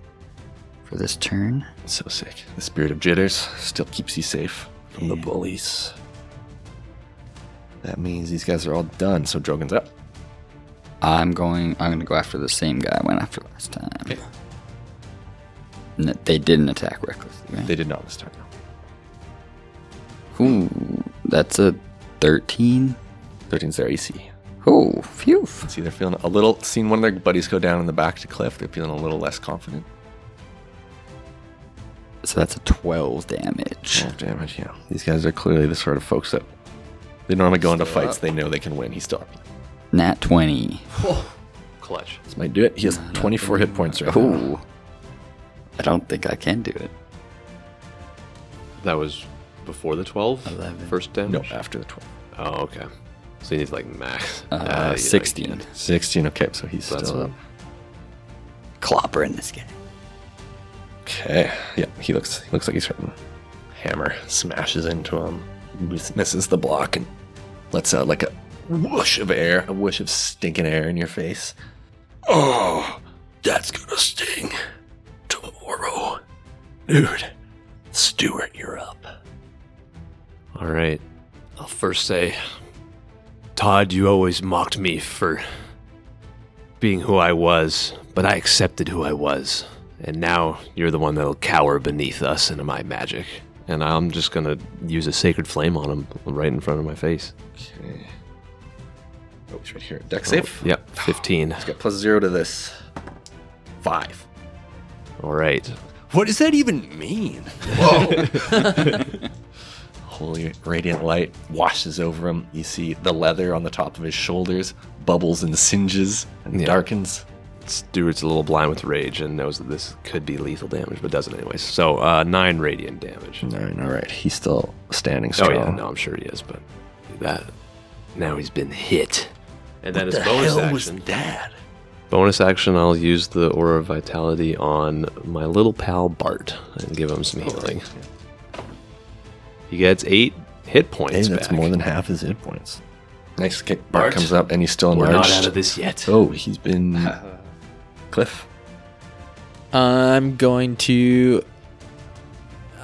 D: for this turn.
A: So sick. The spirit of jitters still keeps you safe from the bullies. That means these guys are all done, so Drogon's up.
D: I'm going. I'm going to go after the same guy I went after last time. No, they didn't attack recklessly. Right?
A: They did not this time.
D: Ooh, that's a thirteen.
A: 13's their AC.
D: Oh, phew.
A: E See, they're feeling a little, seeing one of their buddies go down in the back to cliff, they're feeling a little less confident.
D: So that's a twelve damage.
A: Oh, damage, yeah. These guys are clearly the sort of folks that they normally go into fights they know they can win. He's still up.
D: Nat twenty.
B: Clutch.
A: This might do it. He has 24 hit points right now.
D: Ooh. I don't think I can do it.
B: That was before the 12?
D: Eleven.
B: First damage?
A: No, after the 12.
B: Oh, okay. So you need like max.
D: Uh,
B: Yeah, you-
D: 16.
A: 16, okay, so he's
B: That's
A: still
B: what-
A: up.
D: Clopper in this guy.
A: Okay. Yeah, he looks he looks like he's hurting. Hammer smashes into him, miss- misses the block, and lets out like a whoosh of air, a whoosh of stinking air in your face. Oh, that's gonna sting tomorrow, dude. Stuart, you're up.
B: All right. I'll first say, Todd, you always mocked me for being who I was, but I accepted who I was. And now you're the one that'll cower beneath us into my magic. And I'm just going to use a sacred flame on him right in front of my face.
A: Okay. Oh, he's right here. Deck safe.
B: Yep, 15.
A: He's got plus zero to this. Five.
B: All right.
A: What does that even mean? Whoa. Holy radiant light washes over him. You see the leather on the top of his shoulders bubbles and singes and
B: Yeah.
A: darkens.
B: Stuart's a little blind with rage and knows that this could be lethal damage, but doesn't anyways. So uh, nine radiant damage.
A: Nine, all right. He's still standing
B: Oh
A: strong.
B: yeah, no, I'm sure he is, but that now he's been hit. And that is
E: the
B: bonus
E: hell
B: action.
E: was that?
B: bonus action, I'll use the aura of vitality on my little pal Bart and give him some healing. He gets eight hit points.
A: Hey, that's
B: back.
A: more than half his hit points. Nice kick. Bart, comes up and he's still
B: We're
A: enlarged.
B: not out of this yet.
A: Oh, he's been. Cliff.
C: I'm going to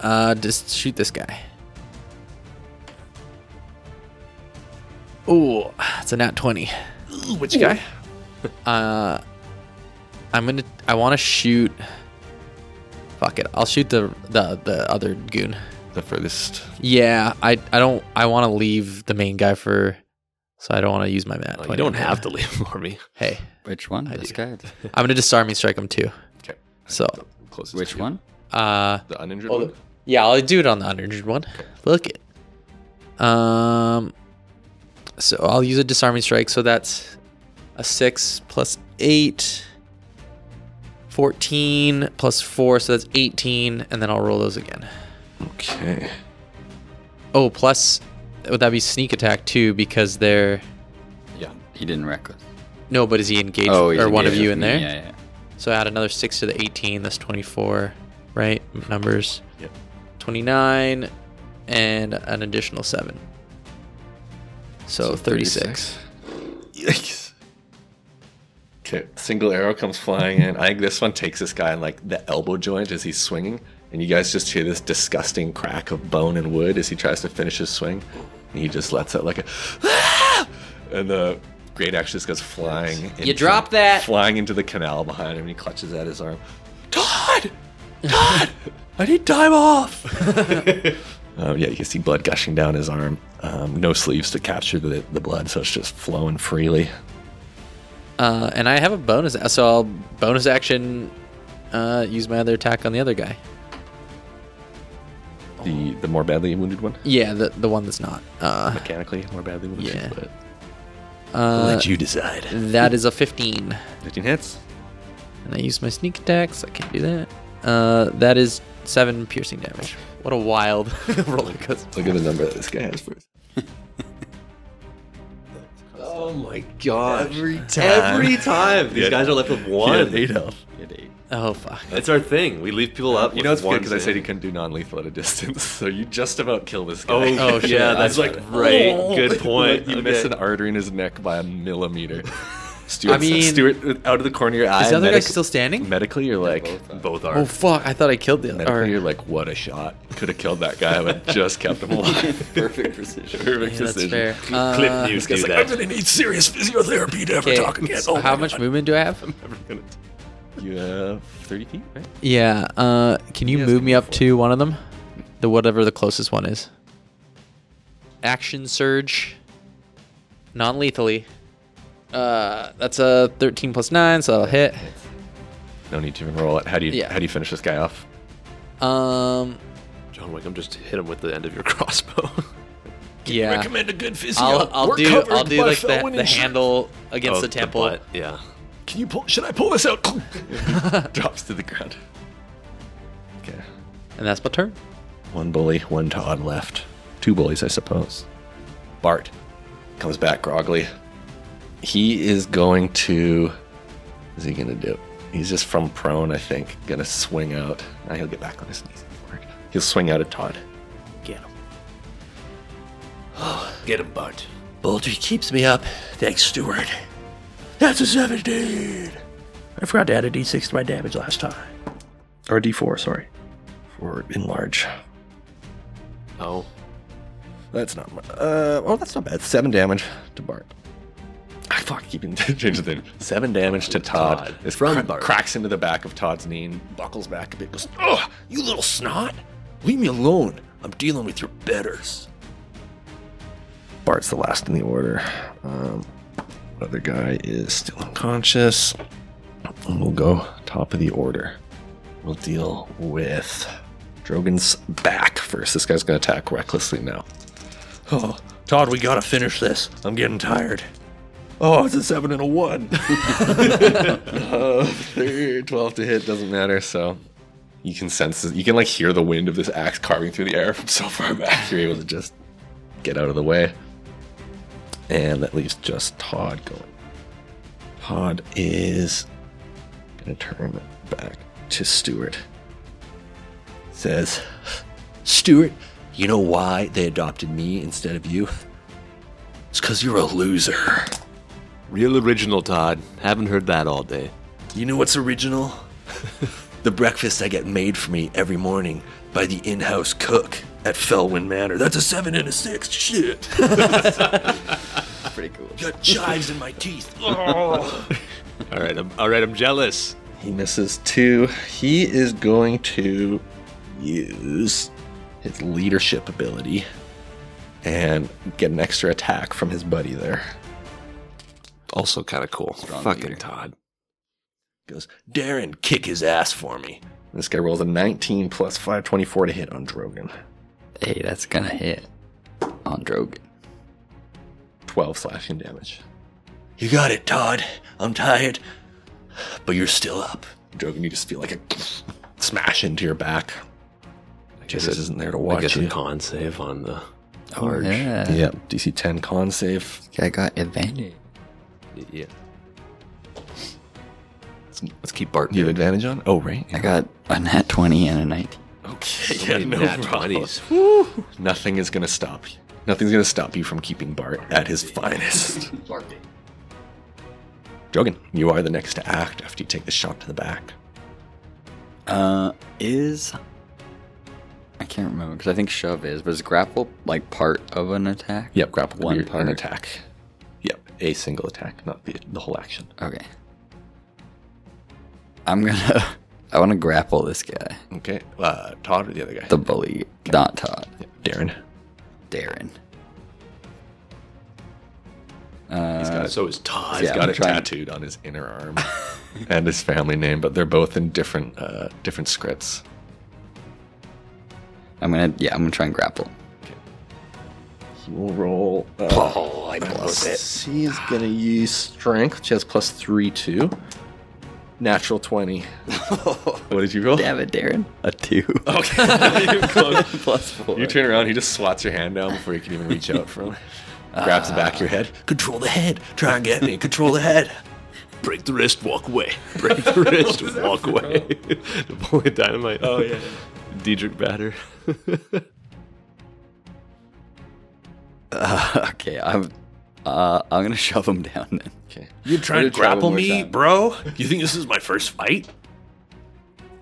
C: uh just shoot this guy. Oh, it's a nat twenty. Uh,
A: Which guy?
C: I'm gonna. I want to shoot. Fuck it. I'll shoot the the the other goon.
A: The furthest.
C: Yeah. I I don't. I want to leave the main guy for. So I don't want to use my mat.
B: Oh, you don't have to leave for me.
C: Hey,
D: Which one? this guy.
C: I'm gonna disarm and strike him too.
A: Okay.
C: So,
A: Closest
D: Which one?
C: uh,
A: The uninjured
C: Oh, the- yeah, I'll do it on the uninjured one. Look it. Um, so I'll use a disarming strike. So that's a six plus eight. 14 plus 4, so that's 18, and then I'll roll those again.
A: Okay.
C: Oh, plus would that be sneak attack too? Because they're
D: He didn't reckless.
C: no, but is he engaged
D: Oh, he's
C: or one of
D: engaged
C: you
D: with
C: in
D: me.
C: there?
D: Yeah, yeah.
C: So add another six to the eighteen. That's twenty-four, right? Numbers.
A: Yep.
C: Twenty-nine, and an additional seven. So, thirty-six.
A: Yikes. Okay, single arrow comes flying in. I think this one takes this guy in like the elbow joint as he's swinging, and you guys just hear this disgusting crack of bone and wood as he tries to finish his swing. And he just lets out like a, "Ah!" and the great axe just goes flying. into-
C: dropped that.
A: Flying into the canal behind him, and he clutches at his arm. Todd, Todd, I need time off. Um, yeah, you can see blood gushing down his arm. Um, no sleeves to capture the, the blood, so it's just flowing freely.
C: Uh, and I have a bonus, so I'll bonus action. Uh, use my other attack on the other guy.
A: The the more badly wounded one,
C: Yeah, the the one that's not. Uh,
A: mechanically more badly wounded.
C: Yeah.
A: But
C: uh,
A: let you decide.
C: that is a fifteen.
A: Fifteen hits.
C: And I use my sneak attack, so I can't do that. Uh, that is seven piercing damage. What a wild roller coaster.
A: Look at the number that this guy has first.
B: Oh my god.
A: Every time.
B: Every time. These
A: Yeah.
B: guys are left with
A: He had
B: one.
A: eight health.
D: It ain't.
C: Oh fuck.
B: That's our thing. We leave people up.
A: You
B: with
A: know it's good
B: one
A: because I said he
B: thing.
A: couldn't do non-lethal at a distance, so you just about kill this
B: Oh,
A: guy.
C: Oh, shit,
B: yeah,
C: that's
B: that's like right. Good point.
A: "Oh." you miss
B: Okay.
A: an artery in his neck by a millimeter. Stuart,
C: I mean-
A: Stuart, out of the corner of your eye.
C: Is the other guy
A: medic-
C: still standing?
A: Medically, you're like,
B: Both
C: Oh
B: are.
C: fuck! I thought I killed the
A: medically,
C: other.
A: you're
C: or-
A: like, what a shot! Could have killed that guy, but just kept him alive.
D: Perfect precision.
A: Perfect
C: Yeah, that's
A: decision.
C: fair.
B: Clip
C: Uh,
B: news
A: This guy's
B: do
A: like,
B: that.
A: I'm gonna need serious physiotherapy to ever
C: okay,
A: talk again.
C: so
A: Oh,
C: how much movement do I have?
A: You have 30 feet, right?
C: Yeah. Uh, can you
A: Yes,
C: move
A: can
C: me
A: you
C: up to one of them? The whatever the closest one is. Action surge. Non lethally. Uh, that's a 13 plus 9, so I'll hit.
A: No need to even roll it. How do you
C: Yeah.
A: how do you finish this guy off?
C: Um,
B: John Wickham, just hit him with the end of your crossbow.
C: yeah.
A: a good physio.
C: I'll, I'll
A: We're
C: do
A: covered
C: I'll do
A: by Oh,
C: like the,
A: felon
C: the
A: insurance.
C: handle against the temple.
B: butt, yeah.
A: Can you pull? Should I pull this out? Drops to the ground. Okay.
C: and that's my turn.
A: One bully, one Todd left. Two bullies, I suppose. Bart comes back groggily. He is going to. What is he going to do? He's just from prone, I think. Going to swing out. Now he'll get back on his knees. Don't worry. He'll swing out at Todd.
E: Get him.
B: Get him, Bart.
E: Boulder keeps me up. Thanks, Stuart. That's a 17. I forgot to add a d6 to my damage last time. Or a d4, sorry.
A: Forward, enlarge.
B: Oh.
A: That's not. mu- Uh, oh, that's not bad. Seven damage to Bart. I fuck, keep in- changing the name. Seven damage to Todd.
B: Todd.
A: This
B: From
A: cra-
B: Bart.
A: cracks into the back of Todd's knee and buckles back a bit. Goes, oh, you little snot! Leave me alone. I'm dealing with your betters. Bart's the last in the order. Um, other guy is still unconscious. And we'll go top of the order. We'll deal with Drogon's back first. This guy's gonna attack recklessly now.
E: Oh, Todd, we gotta finish this. I'm getting tired.
A: Oh, it's a seven and a one. uh, 30, 12 to hit doesn't matter. So you can sense, you can like hear the wind of this axe carving through the air from so far back. You're able to just get out of the way, and that leaves just Todd going. Todd is gonna turn back to Stuart. Says, Stuart, you know why they adopted me instead of you? It's because you're a loser.
B: Real original, Todd. Haven't heard that all day.
E: You know what's original? the breakfast I get made for me every morning by the in house cook at Felwyn Manor. That's a seven and a six. Shit.
D: Pretty cool.
E: Got chives in my teeth. Oh.
B: All right, I'm, all right, I'm jealous.
A: He misses two. He is going to use his leadership ability and get an extra attack from his buddy there.
B: Also kind of cool. Fucking Todd.
E: Goes, Darren, kick his ass for me.
A: This guy rolls a 19 plus 5, 24 to hit on Drogon.
D: Hey, that's gonna hit. On Drogon.
A: 12 slashing damage.
E: You got it, Todd. I'm tired, but you're still up.
A: Drogon, you just feel like a smash into your back.
B: I
A: Just
B: guess it-
A: isn't there to
B: I
A: watch
B: guess a
A: you. Oh,
B: con save on the charge.
D: Yeah.
A: Yeah, DC 10 con save.
D: I got advantage.
B: Yeah. Let's, let's keep Bart.
A: You have advantage on? Oh, right.
D: I got a nat 20 and a 19.
A: Okay,
B: So many nat 20s.
A: Nothing is going to stop you. Nothing's going to stop you from keeping Bart at his finest. Drogon, you are the next to act after you take the shot to the back.
D: Uh, is. I can't remember because I think shove is, but is grapple like part of an attack?
A: Yep, grapple
D: One
A: one
D: part.
A: an attack. Yep, a single attack, not the, the whole action.
D: Okay. I'm gonna. I want to grapple this guy,
A: Okay, uh, Todd or the other guy?
D: the bully, not Todd,
A: Yep, Darren.
D: Darren. Uh,
B: so is Todd.
A: He's
D: Yeah,
A: got
D: I'm
A: it
D: trying-
A: tattooed on his inner arm and his family name, but they're both in different uh, different scripts.
D: I'm gonna. Yeah, I'm gonna try and grapple.
A: He will roll. Uh,
E: Oh, I
A: Plus, He is gonna use strength, which has plus three too. Natural twenty. what did you roll?
D: Damn it, Darren. A two.
A: Okay.
D: Plus four.
A: you turn around, he just swats your hand down before you can even reach out for him. grabs the back of your head.
E: Control the head. Try and get me. Control the head.
B: Break the wrist, walk away. Break the wrist, walk away. Napoleon Dynamite. Oh, yeah. Diedrich Batter.
D: okay, I'm. Uh, I'm gonna shove him down then.
A: Okay.
E: You trying to
D: We're gonna try one
E: grapple
D: more
E: me,
D: time.
E: bro? You think this is my first fight?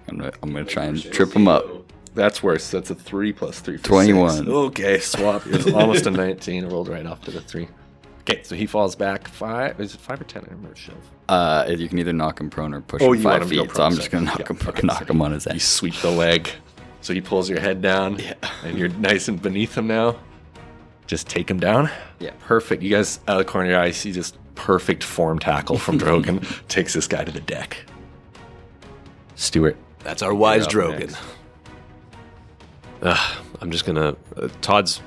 D: I'm gonna, I'm gonna try and trip him up.
A: That's worse. That's a three plus three. For six.
D: 21.
E: Okay, swap.
A: It was almost a 19. It rolled right off to the three. Okay, so he falls back five. Is it five or ten? I don't remember. Shove.
D: Uh, you can either knock him prone or push
A: Oh,
D: him
A: you want
D: five
A: him to go
D: feet. So
A: prone,
D: I'm just
A: so-
D: gonna knock
A: yeah,
D: him,
A: okay,
D: knock
A: so
D: him on his
A: You
D: ass.
A: sweep the leg. So he pulls your head down. Yeah. And you're nice and beneath him now. Just take him down.
D: Yeah.
A: Perfect. You guys, out of the corner of your eye, you see just perfect form tackle from Drogon. Takes this guy to the deck. Stuart.
B: That's our wise
A: You're up next.
B: Ugh, Ah, I'm just gonna. Uh, Todd's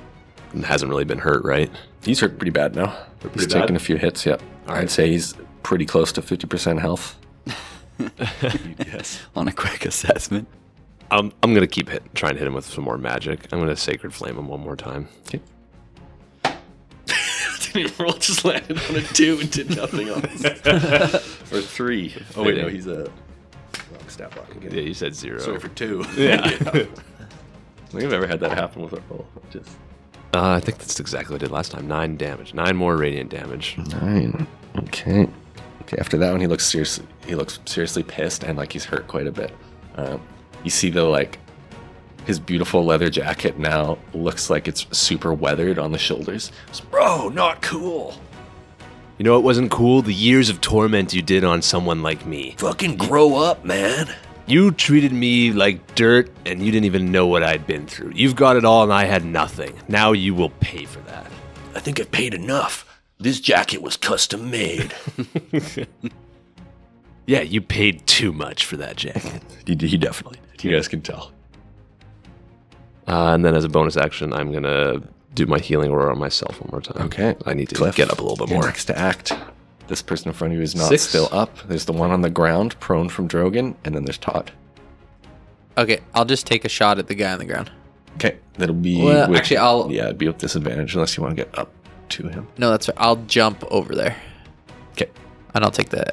B: hasn't really been hurt, right?
A: He's hurt pretty bad now. He's
B: bad?
A: taking a few hits, yep. I'd say he's pretty close to 50% health.
E: yes.
D: On a quick assessment,
B: I'm, I'm gonna keep hit, try and hit him with some more magic. I'm gonna sacred flame him one more time.
E: Didn't roll just landed on a two and did nothing else.
A: Or three. Oh, wait, no, he's a. Wrong stat block again.
B: Yeah, you said zero.
E: Sorry for two.
A: I think I've ever had that happen with a roll. Just
B: Uh, I think that's exactly what I did last time. Nine damage. Nine more radiant damage.
A: nine. Okay. Okay. After that one, he looks seriously. He looks seriously pissed and like he's hurt quite a bit. Um, you see the like, his beautiful leather jacket now looks like it's super weathered on the shoulders.
E: Bro, not cool.
B: You know what wasn't cool? The years of torment you did on someone like me.
E: Fucking grow up, man.
B: You treated me like dirt and you didn't even know what I'd been through. You've got it all and I had nothing. Now you will pay for that.
E: I think I paid enough. This jacket was custom made.
B: Yeah, you paid too much for that jacket.
A: He, he definitely did. You guys can tell.
B: Uh, and then as a bonus action, I'm going to do my healing aura on myself one more time.
A: Okay.
B: I need to
A: Cliff,
B: get up a little bit
A: you're
B: more.
A: Next to act. This person in front of you is not
B: Six.
A: still up. There's the one on the ground, prone from Drogon, and then there's Todd.
C: Okay, I'll just take a shot at the guy on the ground.
A: Okay, that'll be
C: Well,
A: with,
C: actually, I'll-
A: yeah, it'd be with disadvantage unless you want to get up to him.
C: No, that's right. I'll jump over there,
A: Okay,
C: and I'll take the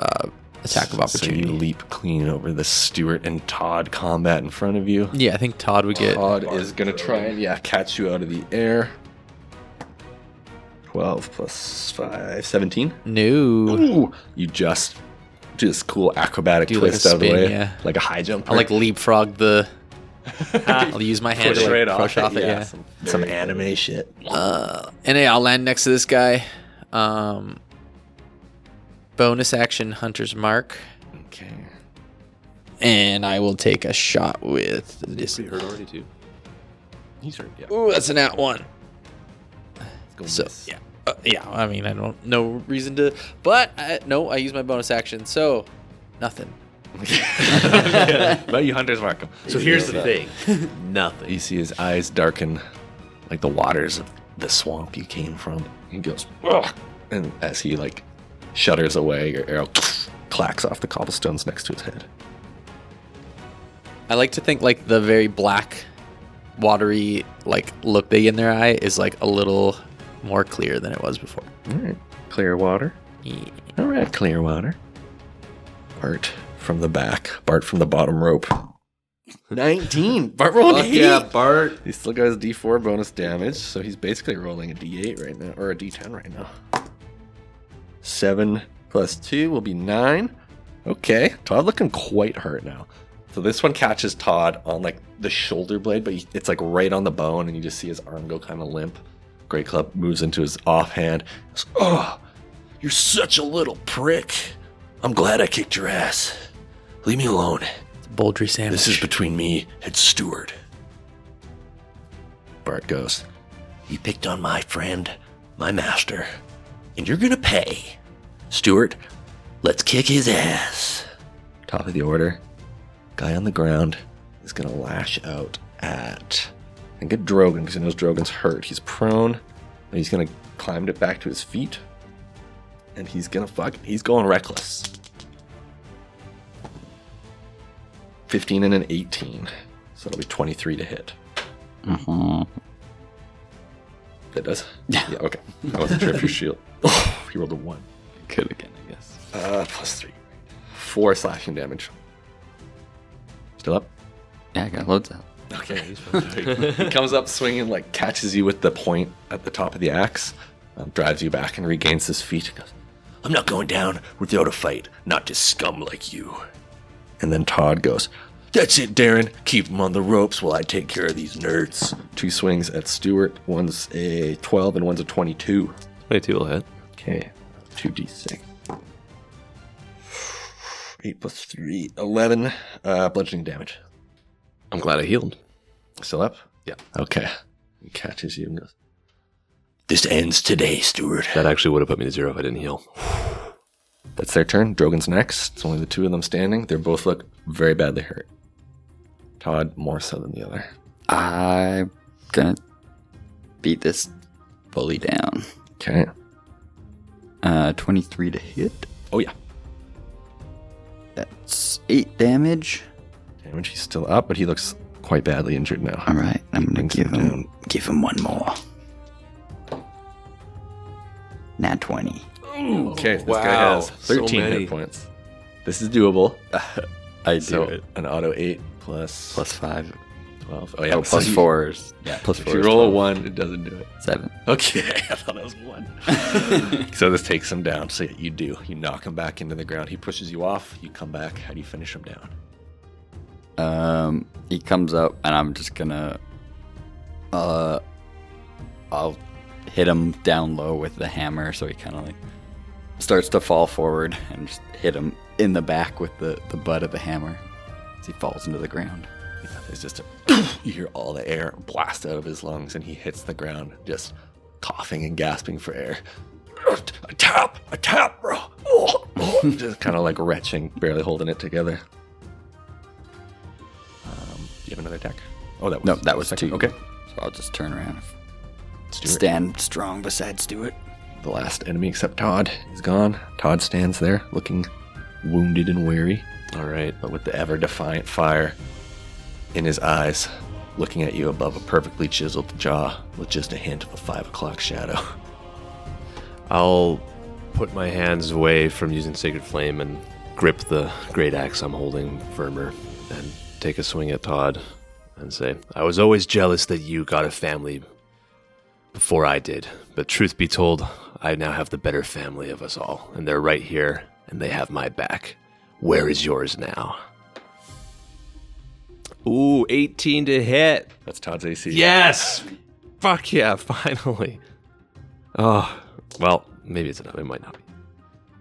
C: uh, attack of opportunity.
A: So you leap clean over the Stuart and Todd combat in front of you.
C: yeah, I think Todd would get.
A: Todd is gonna try and yeah catch you out of the air. Twelve plus five, 17.
C: No,
A: Ooh, you just do this cool acrobatic
C: Do like a
A: twist out of the
C: spin,
A: way,
C: yeah.
A: like a high jump.
C: I'll like leapfrog the. I'll use my hand to like, push off it. yeah.
A: some, some anime shit.
C: And yeah, I'll land next to this guy. Um, bonus action Hunter's Mark.
A: Okay,
C: And I will take a shot with this.
B: hurt already, too.
A: he's hurt. Yeah,
C: Ooh, that's an at one.
A: Let's
C: So, yeah. Uh, yeah, I mean, I don't, no reason to. But, I, no, I use my bonus action. So, nothing.
A: but you hunters mark him.
B: So here's the thing nothing.
A: You see his eyes darken like the waters of the swamp you came from. He goes, Ugh! and as he like shudders away, your arrow clacks off the cobblestones next to his head.
C: I like to think, like, the very black, watery, like, look they get in their eye is, like, a little more clear than it was before.
A: All right, clear water. All right, clear water. Bart from the back, Bart from the bottom rope. 19. Bart rolled eight.
B: Bart.
A: He still got his D4 bonus damage, so he's basically rolling a D8 right now, or a D10 right now. Seven plus two will be nine. Okay, Todd looking quite hurt now. So this one catches Todd on like the shoulder blade, but he- it's like right on the bone, and you just see his arm go kind of limp. Great club moves into his offhand. Goes,
E: oh, you're such a little prick. I'm glad I kicked your ass. Leave me alone.
C: It's a Boldry sandwich.
E: This is between me and Stewart.
A: Bart goes.
E: You picked on my friend, my master, and you're gonna pay. Stewart, let's kick his ass.
A: Top of the order. Guy on the ground is gonna lash out at I think at Drogon, because he knows Drogon's hurt. He's prone. and He's gonna climb it back to his feet. And he's gonna fuck he's going reckless. 15 and an 18. So it'll be 23 to hit. That does. Yeah. Okay. I wasn't sure if your shield. Oh, you rolled a one.
D: Could again, I guess.
A: Uh, plus three. Four slashing damage. Still up.
D: Yeah, I got loads out.
A: Okay. he comes up swinging, like catches you with the point at the top of the axe, um, drives you back, and regains his feet. Goes,
E: I'm not going down without a fight, not to scum like you.
A: And then Todd goes
E: That's it, Darren. Keep him on the ropes while I take care of these nerds.
A: two swings at Stewart. One's a 12 and one's a 22.
B: 22 will hit.
A: Okay. 2d6. 8 plus 3. 11 uh, bludgeoning damage.
B: I'm glad I healed.
A: Still up?
B: Yeah.
A: Okay. He catches you and goes,
E: This ends today, Stuart.
B: That actually would have put me to zero if I didn't heal.
A: That's their turn. Drogon's next. It's only the two of them standing. They both look very badly hurt. Todd more so than the other.
D: I'm gonna beat this bully down.
A: Okay.
D: Uh, 23 to hit.
A: Oh yeah.
D: That's eight damage.
A: Damage. He's still up, but he looks quite badly injured now.
D: All right, I'm gonna
A: Brings
D: give
A: him
D: him give him one more. Nat 20. Oh,
A: Okay. This guy
B: Wow.
A: has
B: So
A: 13
B: many.
A: hit points. This is doable.
D: I do
A: so an auto eight plus
D: Plus five.
A: 12. Oh yeah.
D: Oh,
A: so
D: plus
A: you-
D: four is yeah. Plus
A: If
D: four.
A: you
D: is
A: roll a
D: 12.
A: one, it doesn't do it.
D: seven.
A: Okay, I thought that was one. so this takes him down. So you do. You knock him back into the ground. He pushes you off. You come back. How do you finish him down?
D: Um, he comes up, and I'm just gonna, uh, I'll hit him down low with the hammer, so he kind of like starts to fall forward, and just hit him in the back with the the butt of the hammer as he falls into the ground.
A: There's just a, you hear all the air blast out of his lungs, and he hits the ground, just coughing and gasping for air.
E: A tap, a tap, bro. Oh, oh.
A: just kind of like retching, barely holding it together. Um, do you have another attack? Oh, that was
D: No, that was
A: second.
D: two.
A: Okay,
D: so I'll just turn around,
A: Stuart,
D: stand strong beside Stuart.
A: the last enemy except Todd is gone. Todd stands there, looking wounded and weary.
B: All right.
A: but with the ever defiant fire in his eyes, looking at you above a perfectly chiseled jaw with just a hint of a five o'clock shadow.
B: I'll put my hands away from using Sacred Flame and grip the great axe I'm holding firmer and take a swing at Todd and say, I was always jealous that you got a family before I did, but truth be told, I now have the better family of us all, and they're right here and they have my back. Where is yours now? Ooh, 18 to hit.
A: That's Todd's AC.
B: Yes! Fuck yeah, finally. Oh, well, maybe it's another. It might not be.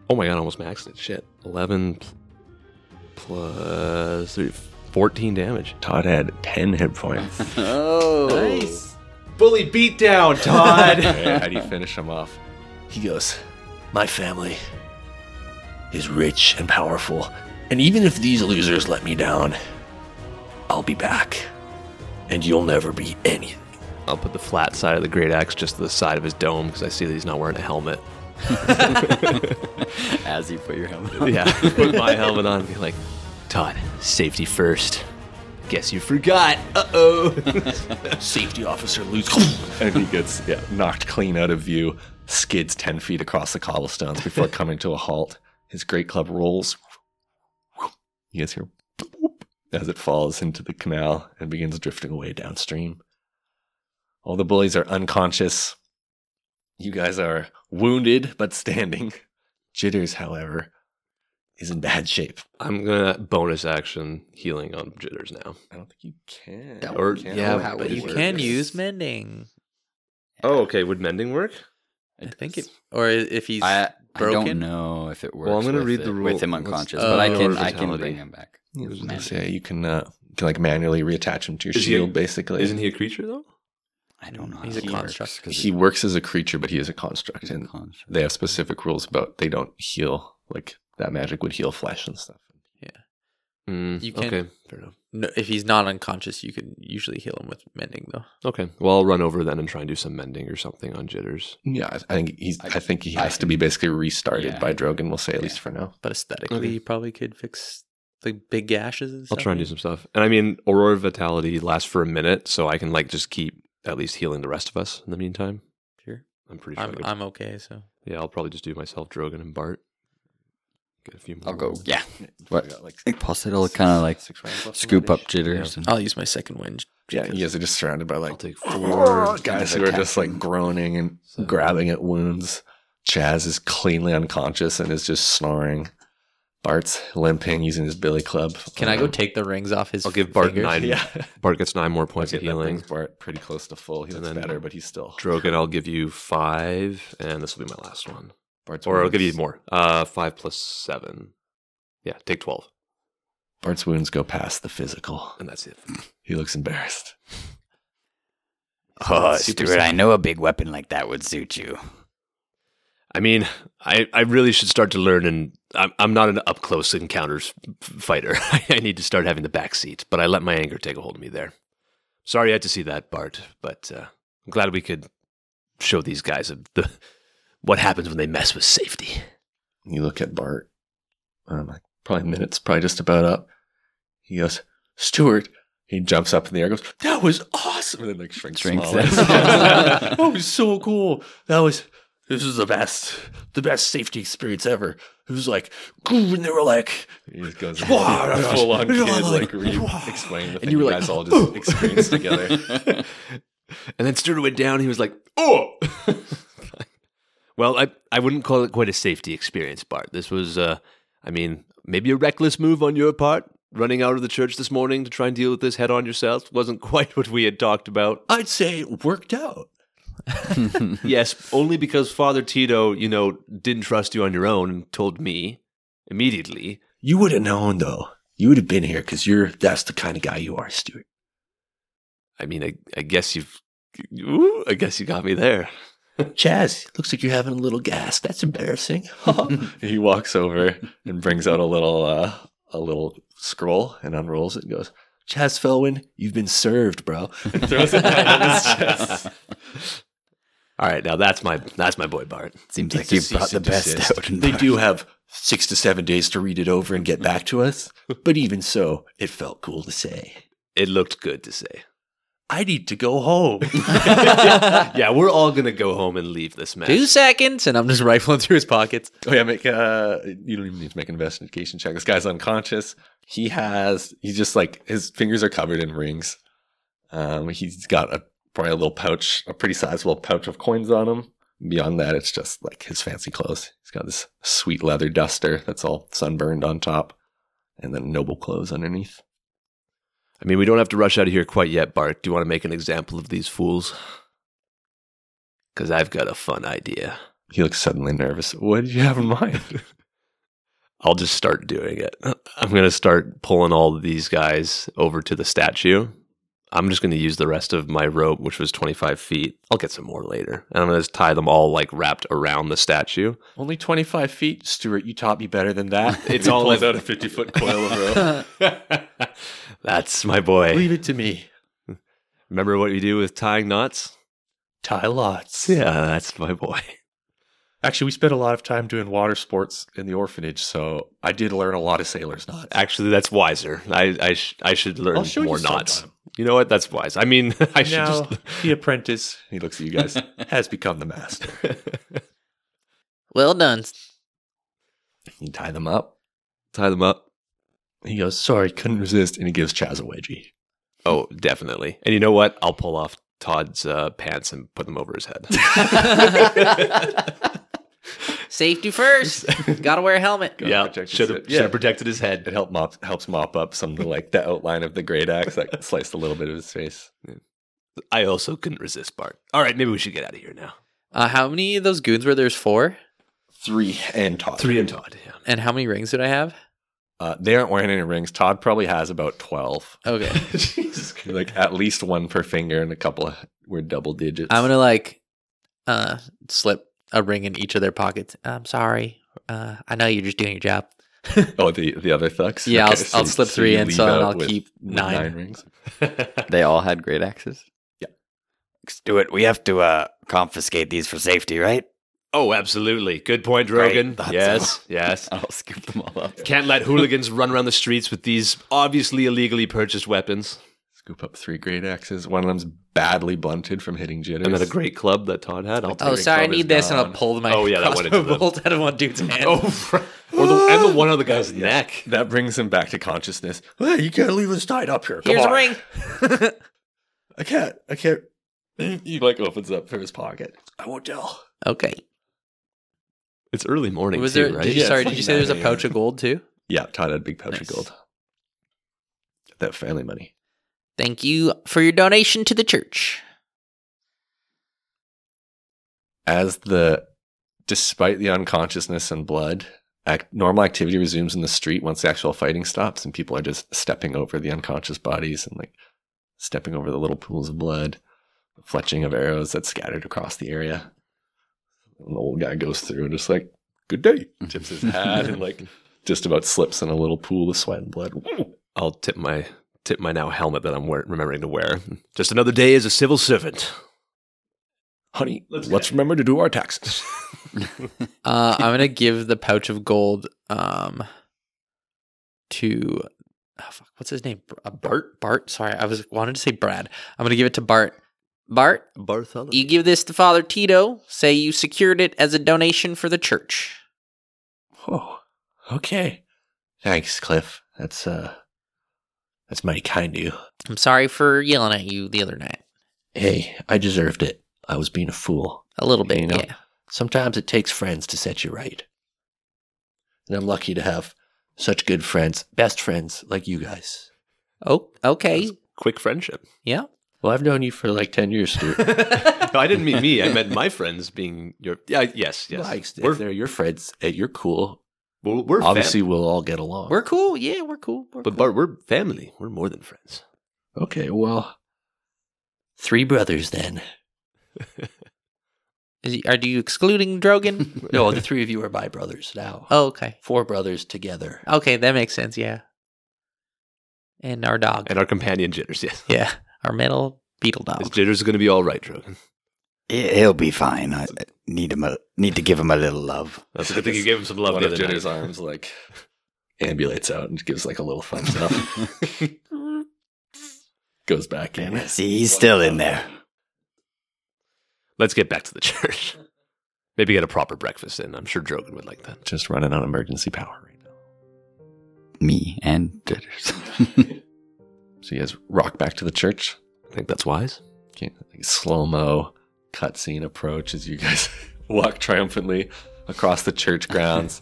B: Oh my god, I almost maxed it. Shit. 11 pl- plus three- 14 damage.
A: Todd had 10 hit points.
D: Oh,
B: Bully beatdown, Todd!
A: Okay, How do you finish him off?
E: He goes, My family is rich and powerful, and even if these losers let me down, I'll be back, and you'll never be anything.
B: I'll put the flat side of the great axe just to the side of his dome because I see that he's not wearing a helmet.
D: As you put your helmet on.
B: Yeah, put my helmet on and be like, Todd, safety first. Guess you forgot. Uh oh.
E: Safety officer Luke.
A: And he gets yeah, knocked clean out of view, skids 10 feet across the cobblestones before coming to a halt. His great club rolls. You guys hear boop as it falls into the canal and begins drifting away downstream. All the bullies are unconscious. You guys are wounded but standing. Jitters, however, is in bad shape.
B: I'm gonna bonus action healing on jitters now.
A: I don't think you can.
D: That
B: Or-
A: Can't.
B: yeah,
A: Oh, how
D: but
A: would
D: you
A: it work?
C: Can use mending.
B: Oh, okay. Would mending work?
C: I think it, or if he's
D: I, I don't
C: broken?
D: know if it works.
B: Well, I'm gonna
D: with
B: read the
D: it-
B: rule.
D: with him
B: Let's-
D: unconscious,
C: Oh,
D: but I
C: or
D: can I can
B: fatality.
D: bring him back.
A: Yeah, I was gonna
D: Magic.
A: say you can, uh, you can like manually reattach him to your
B: Is he a-
A: shield, basically.
B: Isn't he a creature though?
D: I don't know.
C: He's
D: how
C: a
D: it works,
C: construct.
D: 'cause
A: he
D: it-
A: works as a creature, but he is a construct,
D: he's a
A: and
D: construct.
A: they have specific rules about they don't heal. Like that magic would heal flesh and stuff.
B: Mm,
C: You can-
B: Okay, fair enough.
C: No, if he's not unconscious, you can usually heal him with mending, though.
B: Okay, well, I'll run over then and try and do some mending or something on jitters.
A: Yeah, I- I think he's. I,
D: I-
A: think he
D: I-
A: has to be basically restarted
D: Yeah.
A: by Drogon. We'll say at
D: Yeah.
A: least for now.
C: But aesthetically,
B: Okay.
C: you probably could fix the big gashes and
B: I'll
C: stuff.
B: try and do some stuff. And I mean, Aurora Vitality lasts for a minute, so I can like just keep at least healing the rest of us in the meantime. I'm pretty sure. i
C: I'm,
B: could-
C: I'm okay, so.
B: yeah, I'll probably just do myself, Drogon, and Bart. Get a few more.
D: I'll go. Yeah.
A: I
D: What?
A: got like
D: Posset will kind of like
A: six rounds left
D: scoop up
A: on that-ish.
D: jitters. And,
C: I'll use my second wind.
A: Yeah, you guys are just surrounded by
B: I'll
A: like
B: take
A: four
B: four.
A: guys
D: of
A: who are just
D: attacking.
A: like groaning and
B: So-
A: grabbing at wounds. Chaz is cleanly unconscious and is just snoring. Bart's limping using his billy club. Um,
C: Can I go take the rings off his
B: I'll give Bart
C: fingers?
B: nine.
A: Yeah,
B: Bart gets nine more points
A: okay,
B: of
A: that brings
B: healing.
A: Bart pretty close to full. He
B: And
A: looks
B: then-
A: better, but he's still
B: Drogon, I'll give you five, and this will be my last one.
A: Bart's
B: Or I'll
A: wounds-
B: give you more. Uh, five plus seven. Yeah, take twelve,
A: Bart's wounds go past the physical.
B: and that's it.
A: He looks embarrassed.
D: oh,
B: Super
D: Stuart, I
B: Saiyan.
D: know a big weapon like that would suit you.
B: I mean, I, I really should start to learn, and I'm, I'm not an up close encounters f- fighter. I need to start having the back seat, but I let my anger take a hold of me there. Sorry I had to see that, Bart, but uh, I'm glad we could show these guys of the, what happens when they mess with safety.
A: You look at Bart. Um, probably minutes, probably just about up. He goes, Stuart. He jumps up in the air, goes, "That was awesome!" And then like shrinks,
D: Shrinks
A: smaller.
D: it.
A: that was so cool. That was
E: This is the best, the best safety experience ever. It was like, "Goo," and they were like,
A: He just goes full
E: Whoa, no, no,
A: on
E: no,
A: kid,
E: no,
A: like
E: like,
A: re
E: whoa.
A: explain the
E: And
A: thing
E: you
A: you,
E: were like,
A: guys all just experienced together.
B: and then Stuart went down. He was like, "Oh." well, I I wouldn't call it quite a safety experience, Bart. This was, uh, I mean, maybe a reckless move on your part, running out of the church this morning to try and deal with this head on yourself. Wasn't quite what we had talked about.
E: I'd say it worked out.
B: yes, only because Father Tito, you know, didn't trust you on your own and told me immediately.
E: You would have known though. You would have been here because you're. That's the kind of guy you are, Stuart.
B: I mean, I, I guess you've, ooh, I guess you got me there.
E: Chaz, looks like you're having a little gas. That's embarrassing.
A: he walks over and brings out a little uh, a little scroll and unrolls it and goes,
E: Chaz Felwyn, you've been served, bro.
A: and throws it down on his chest.
B: All right, now that's my that's my boy Bart.
D: Seems like
E: It's
D: you
E: a
D: brought
E: cease
D: the
E: and
D: best
E: desist.
D: out. in
E: They
D: Bart.
E: do have six to seven days to read it over and get back to us. But even so, it felt cool to say.
B: It looked good to say.
E: I need to go home.
B: yeah, we're all gonna go home and leave this mess.
C: Two seconds, and I'm just rifling through his pockets.
A: Oh yeah, make uh you don't even need to make an investigation check. This guy's unconscious. He has he's just like his fingers are covered in rings. Um he's got a probably a little pouch, a pretty sizable pouch of coins on him. Beyond that, it's just like his fancy clothes. He's got this sweet leather duster that's all sunburned on top, and then noble clothes underneath.
B: I mean, we don't have to rush out of here quite yet, Bart. Do you want to make an example of these fools? Because I've got a fun idea.
A: He looks suddenly nervous. What did you have in mind?
B: I'll just start doing it. I'm gonna start pulling all of these guys over to the statue. I'm just gonna use the rest of my rope, which was 25 feet. I'll get some more later, and I'm gonna just tie them all like wrapped around the statue.
A: Only twenty five feet, Stuart. You taught me better than that.
B: It's
A: He
B: all
A: pulls
B: of-
A: out a fifty foot coil of rope.
B: That's my boy.
E: Leave it to me.
B: Remember what you do with tying knots?
E: Tie lots.
B: Yeah, that's my boy.
A: Actually, we spent a lot of time doing water sports in the orphanage, so I did learn a lot of sailors knots.
B: Actually, that's wiser. I I, sh- I should learn
E: I'll show
B: more
E: you
B: knots.
E: sometime.
B: You know what? That's wise. I mean, I should
E: Now,
B: just.
E: the apprentice
A: He looks at you guys.
E: has become the master.
C: Well done.
A: you tie them up.
B: Tie them up.
A: He goes, "Sorry, couldn't resist," and he gives Chaz a wedgie.
B: Oh, definitely. And you know what? I'll pull off Todd's uh, pants and put them over his head.
C: Safety first. Gotta wear a helmet.
A: Gotta
B: yeah,
A: protect his
B: should have
A: head. Yeah.
B: protected his head.
A: It help mop, helps mop up some of the, like the outline of the great axe that sliced a little bit of his face.
B: I also couldn't resist Bart. All right, maybe we should get out of here now.
C: Uh, how many of those goons were there? There's four.
A: Three and Todd.
B: Three and Todd. Yeah.
C: And how many rings did I have?
A: Uh, they aren't wearing any rings. Todd probably has about twelve,
C: Okay.
B: Jesus Christ.
A: like at least one per finger, and a couple of were double digits.
C: I'm gonna like uh slip a ring in each of their pockets. I'm sorry. Uh I know you're just doing your job.
A: Oh, the the other thugs.
C: Yeah, I'll- I'll
A: you-
C: slip three
A: you
C: in,
A: leave
C: so
A: out
C: I'll
A: with-
C: keep
A: with
C: nine.
A: nine rings.
D: They all had great axes.
A: Yeah.
D: Stuart, we have to uh, confiscate these for safety, right?
B: oh, absolutely. Good point,
D: Great.
B: Drogon.
D: Thought
B: Yes,
D: so.
B: yes.
D: I'll scoop them all up.
B: Can't let hooligans run around the streets with these obviously illegally purchased weapons.
A: Scoop up three great axes. One of them's badly blunted from hitting jitters.
B: And then a great club that Todd had. I'll take
C: Oh,
B: it.
C: sorry, I
B: Club is
C: need this, and I'll
B: gone.
C: pull my
B: Oh, yeah, that went
C: crossbow
B: into the-
C: bolt out of one dude's hand.
B: Oh, right. or the, and the one other guy's neck.
A: That brings him back to consciousness.
E: Hey, you can't leave us tied up here. Come
C: Here's
E: on.
C: a ring.
A: I can't. I can't. He like opens up from his pocket.
E: I won't tell.
C: Okay.
B: It's early morning,
C: Was
B: too,
C: there?
B: right?
C: Did you,
A: Yeah,
C: sorry,
A: it's
C: did you
A: like
C: say there's a
A: 9
C: pouch of gold too?
A: Yeah, Todd had a big pouch of
C: Nice.
A: gold. That family money.
C: Thank you for your donation to the church.
A: As the, despite the unconsciousness and blood, act, normal activity resumes in the street once the actual fighting stops, and people are just stepping over the unconscious bodies and like stepping over the little pools of blood, the fletching of arrows that's scattered across the area. And the old guy goes through and just like, good day, tips his hat and like just about slips in a little pool of sweat and blood.
B: I'll tip my tip my now helmet that I'm wear, remembering to wear. Just another day as a civil servant.
A: Honey,
B: Let's
A: let's,
B: get it.
A: remember to do our taxes.
C: Uh, I'm gonna give the pouch of gold um to oh, fuck, what's his name? Uh, Bart. Bart. Sorry, I was wanted to say Brad. I'm gonna give it to Bart. Bart,
B: Bartholomew.
C: you give this to Father Tito. Say you secured it as a donation for the church.
E: Oh, okay. Thanks, Cliff. That's uh, that's mighty kind of you.
C: I'm sorry for yelling at you the other night.
E: Hey, I deserved it. I was being a fool.
C: A little bit,
E: You know?
C: yeah.
E: Sometimes it takes friends to set you right. And I'm lucky to have such good friends, best friends like you guys.
C: Oh, okay,
B: Quick friendship.
C: yeah.
E: Well, I've known you for like 10 years, Stuart.
B: No, I didn't mean me. I meant my friends being your. Yeah, yes, yes.
E: Like, if
B: we're
E: they're your friends and you're cool,
B: we're, we're
E: obviously
B: fam-
E: we'll all get along.
C: We're cool. Yeah, we're cool. We're
B: but
C: cool.
B: Bart, we're family. We're more than friends.
E: okay, well, three brothers then.
C: Is he, are you excluding Drogon?
E: No, the three of you are my brothers now.
C: oh, okay.
E: Four brothers together.
C: Okay, that makes sense. Yeah. And our dog.
B: And our companion Jitters. Yes,
C: yeah, our metal beetle dog.
B: Is Jitters is going to be all right, Drogon.
D: It, he'll be fine. I I need him. A, need to give him a little love.
B: That's a good thing you gave him some love
A: One
B: the
A: of
B: other
A: Jitter's
B: night.
A: arms like ambulates out and gives like a little thumbs up. Goes back in.
D: See, he's still in there.
B: Let's get back to the church. Maybe get a proper breakfast in. I'm sure Drogon would like that.
A: Just running on emergency power right now.
D: Me and Jitters.
A: So you guys rock back to the church.
B: I think that's wise.
A: Okay, like slow mo cutscene approach as you guys walk triumphantly across the church grounds.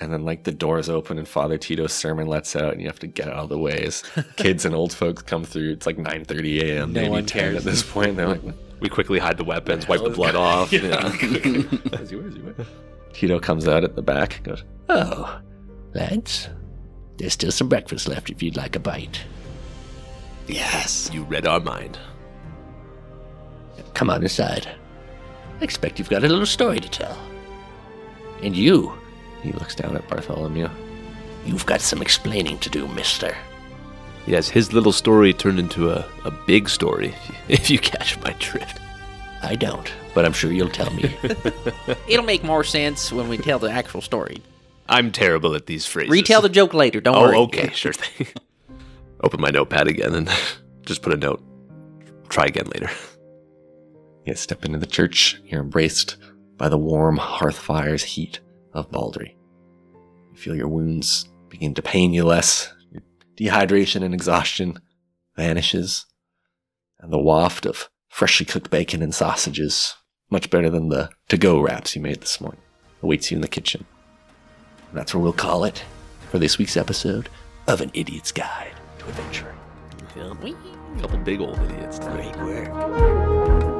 A: and then, like, the doors open and Father Tito's sermon lets out, and you have to get out of the way as kids and old folks come through. It's like 9:30 a.m.
C: No
A: maybe
C: one
A: 10
C: cares.
A: at this point. They're like,
B: We quickly hide the weapons, wipe the
A: is
B: blood off. yeah.
A: As you were, as you were. Tito comes out at the back and goes,
E: Oh, lads, there's still some breakfast left if you'd like a bite.
D: yes.
B: You read our mind.
E: Come on inside. I expect you've got a little story to tell. And you,
A: He looks down at Bartholomew.
E: you've got some explaining to do, mister.
B: Yes, his little story turned into a, a big story, if you, if you catch my drift.
E: I don't, but I'm sure you'll tell me.
C: It'll make more sense when we tell the actual story.
B: I'm terrible at these phrases.
C: Retell the joke later. Don't worry.
B: Oh, okay, sure thing. Open my notepad again and just put a note. Try again later.
A: You guys step into the church. You're embraced by the warm hearth fire's heat of Baldry. You feel your wounds begin to pain you less. Your dehydration and exhaustion vanishes. And the waft of freshly cooked bacon and sausages, much better than the to go wraps you made this morning, awaits you in the kitchen.
E: And that's where we'll call it for this week's episode of An Idiot's Guide to Adventuring.
B: A couple big old idiots.
E: Great work.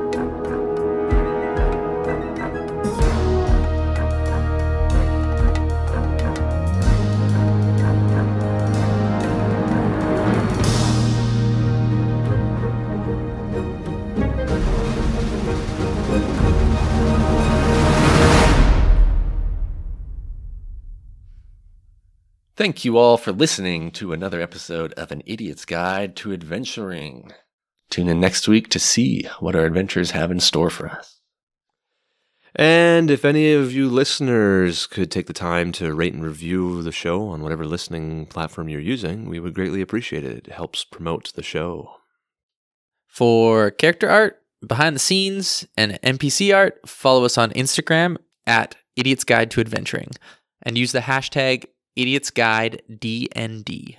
A: Thank you all for listening to another episode of An Idiot's Guide to Adventuring. Tune in next week to see what our adventures have in store for us.
B: And if any of you listeners could take the time to rate and review the show on whatever listening platform you're using, we would greatly appreciate it. It helps promote the show.
C: For character art, behind the scenes, and NPC art, follow us on Instagram at Idiot's Guide to Adventuring and use the hashtag Idiot's Guide DND.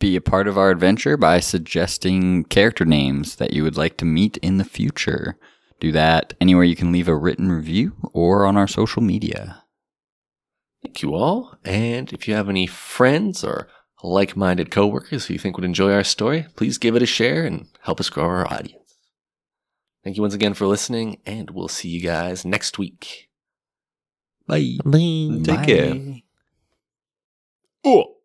D: Be a part of our adventure by suggesting character names that you would like to meet in the future. Do that anywhere you can leave a written review or on our social media.
A: Thank you all. And if you have any friends or like minded coworkers who you think would enjoy our story, please give it a share and help us grow our audience. Thank you once again for listening, and we'll see you guys next week. Bye.
D: Bye.
B: care. Oh.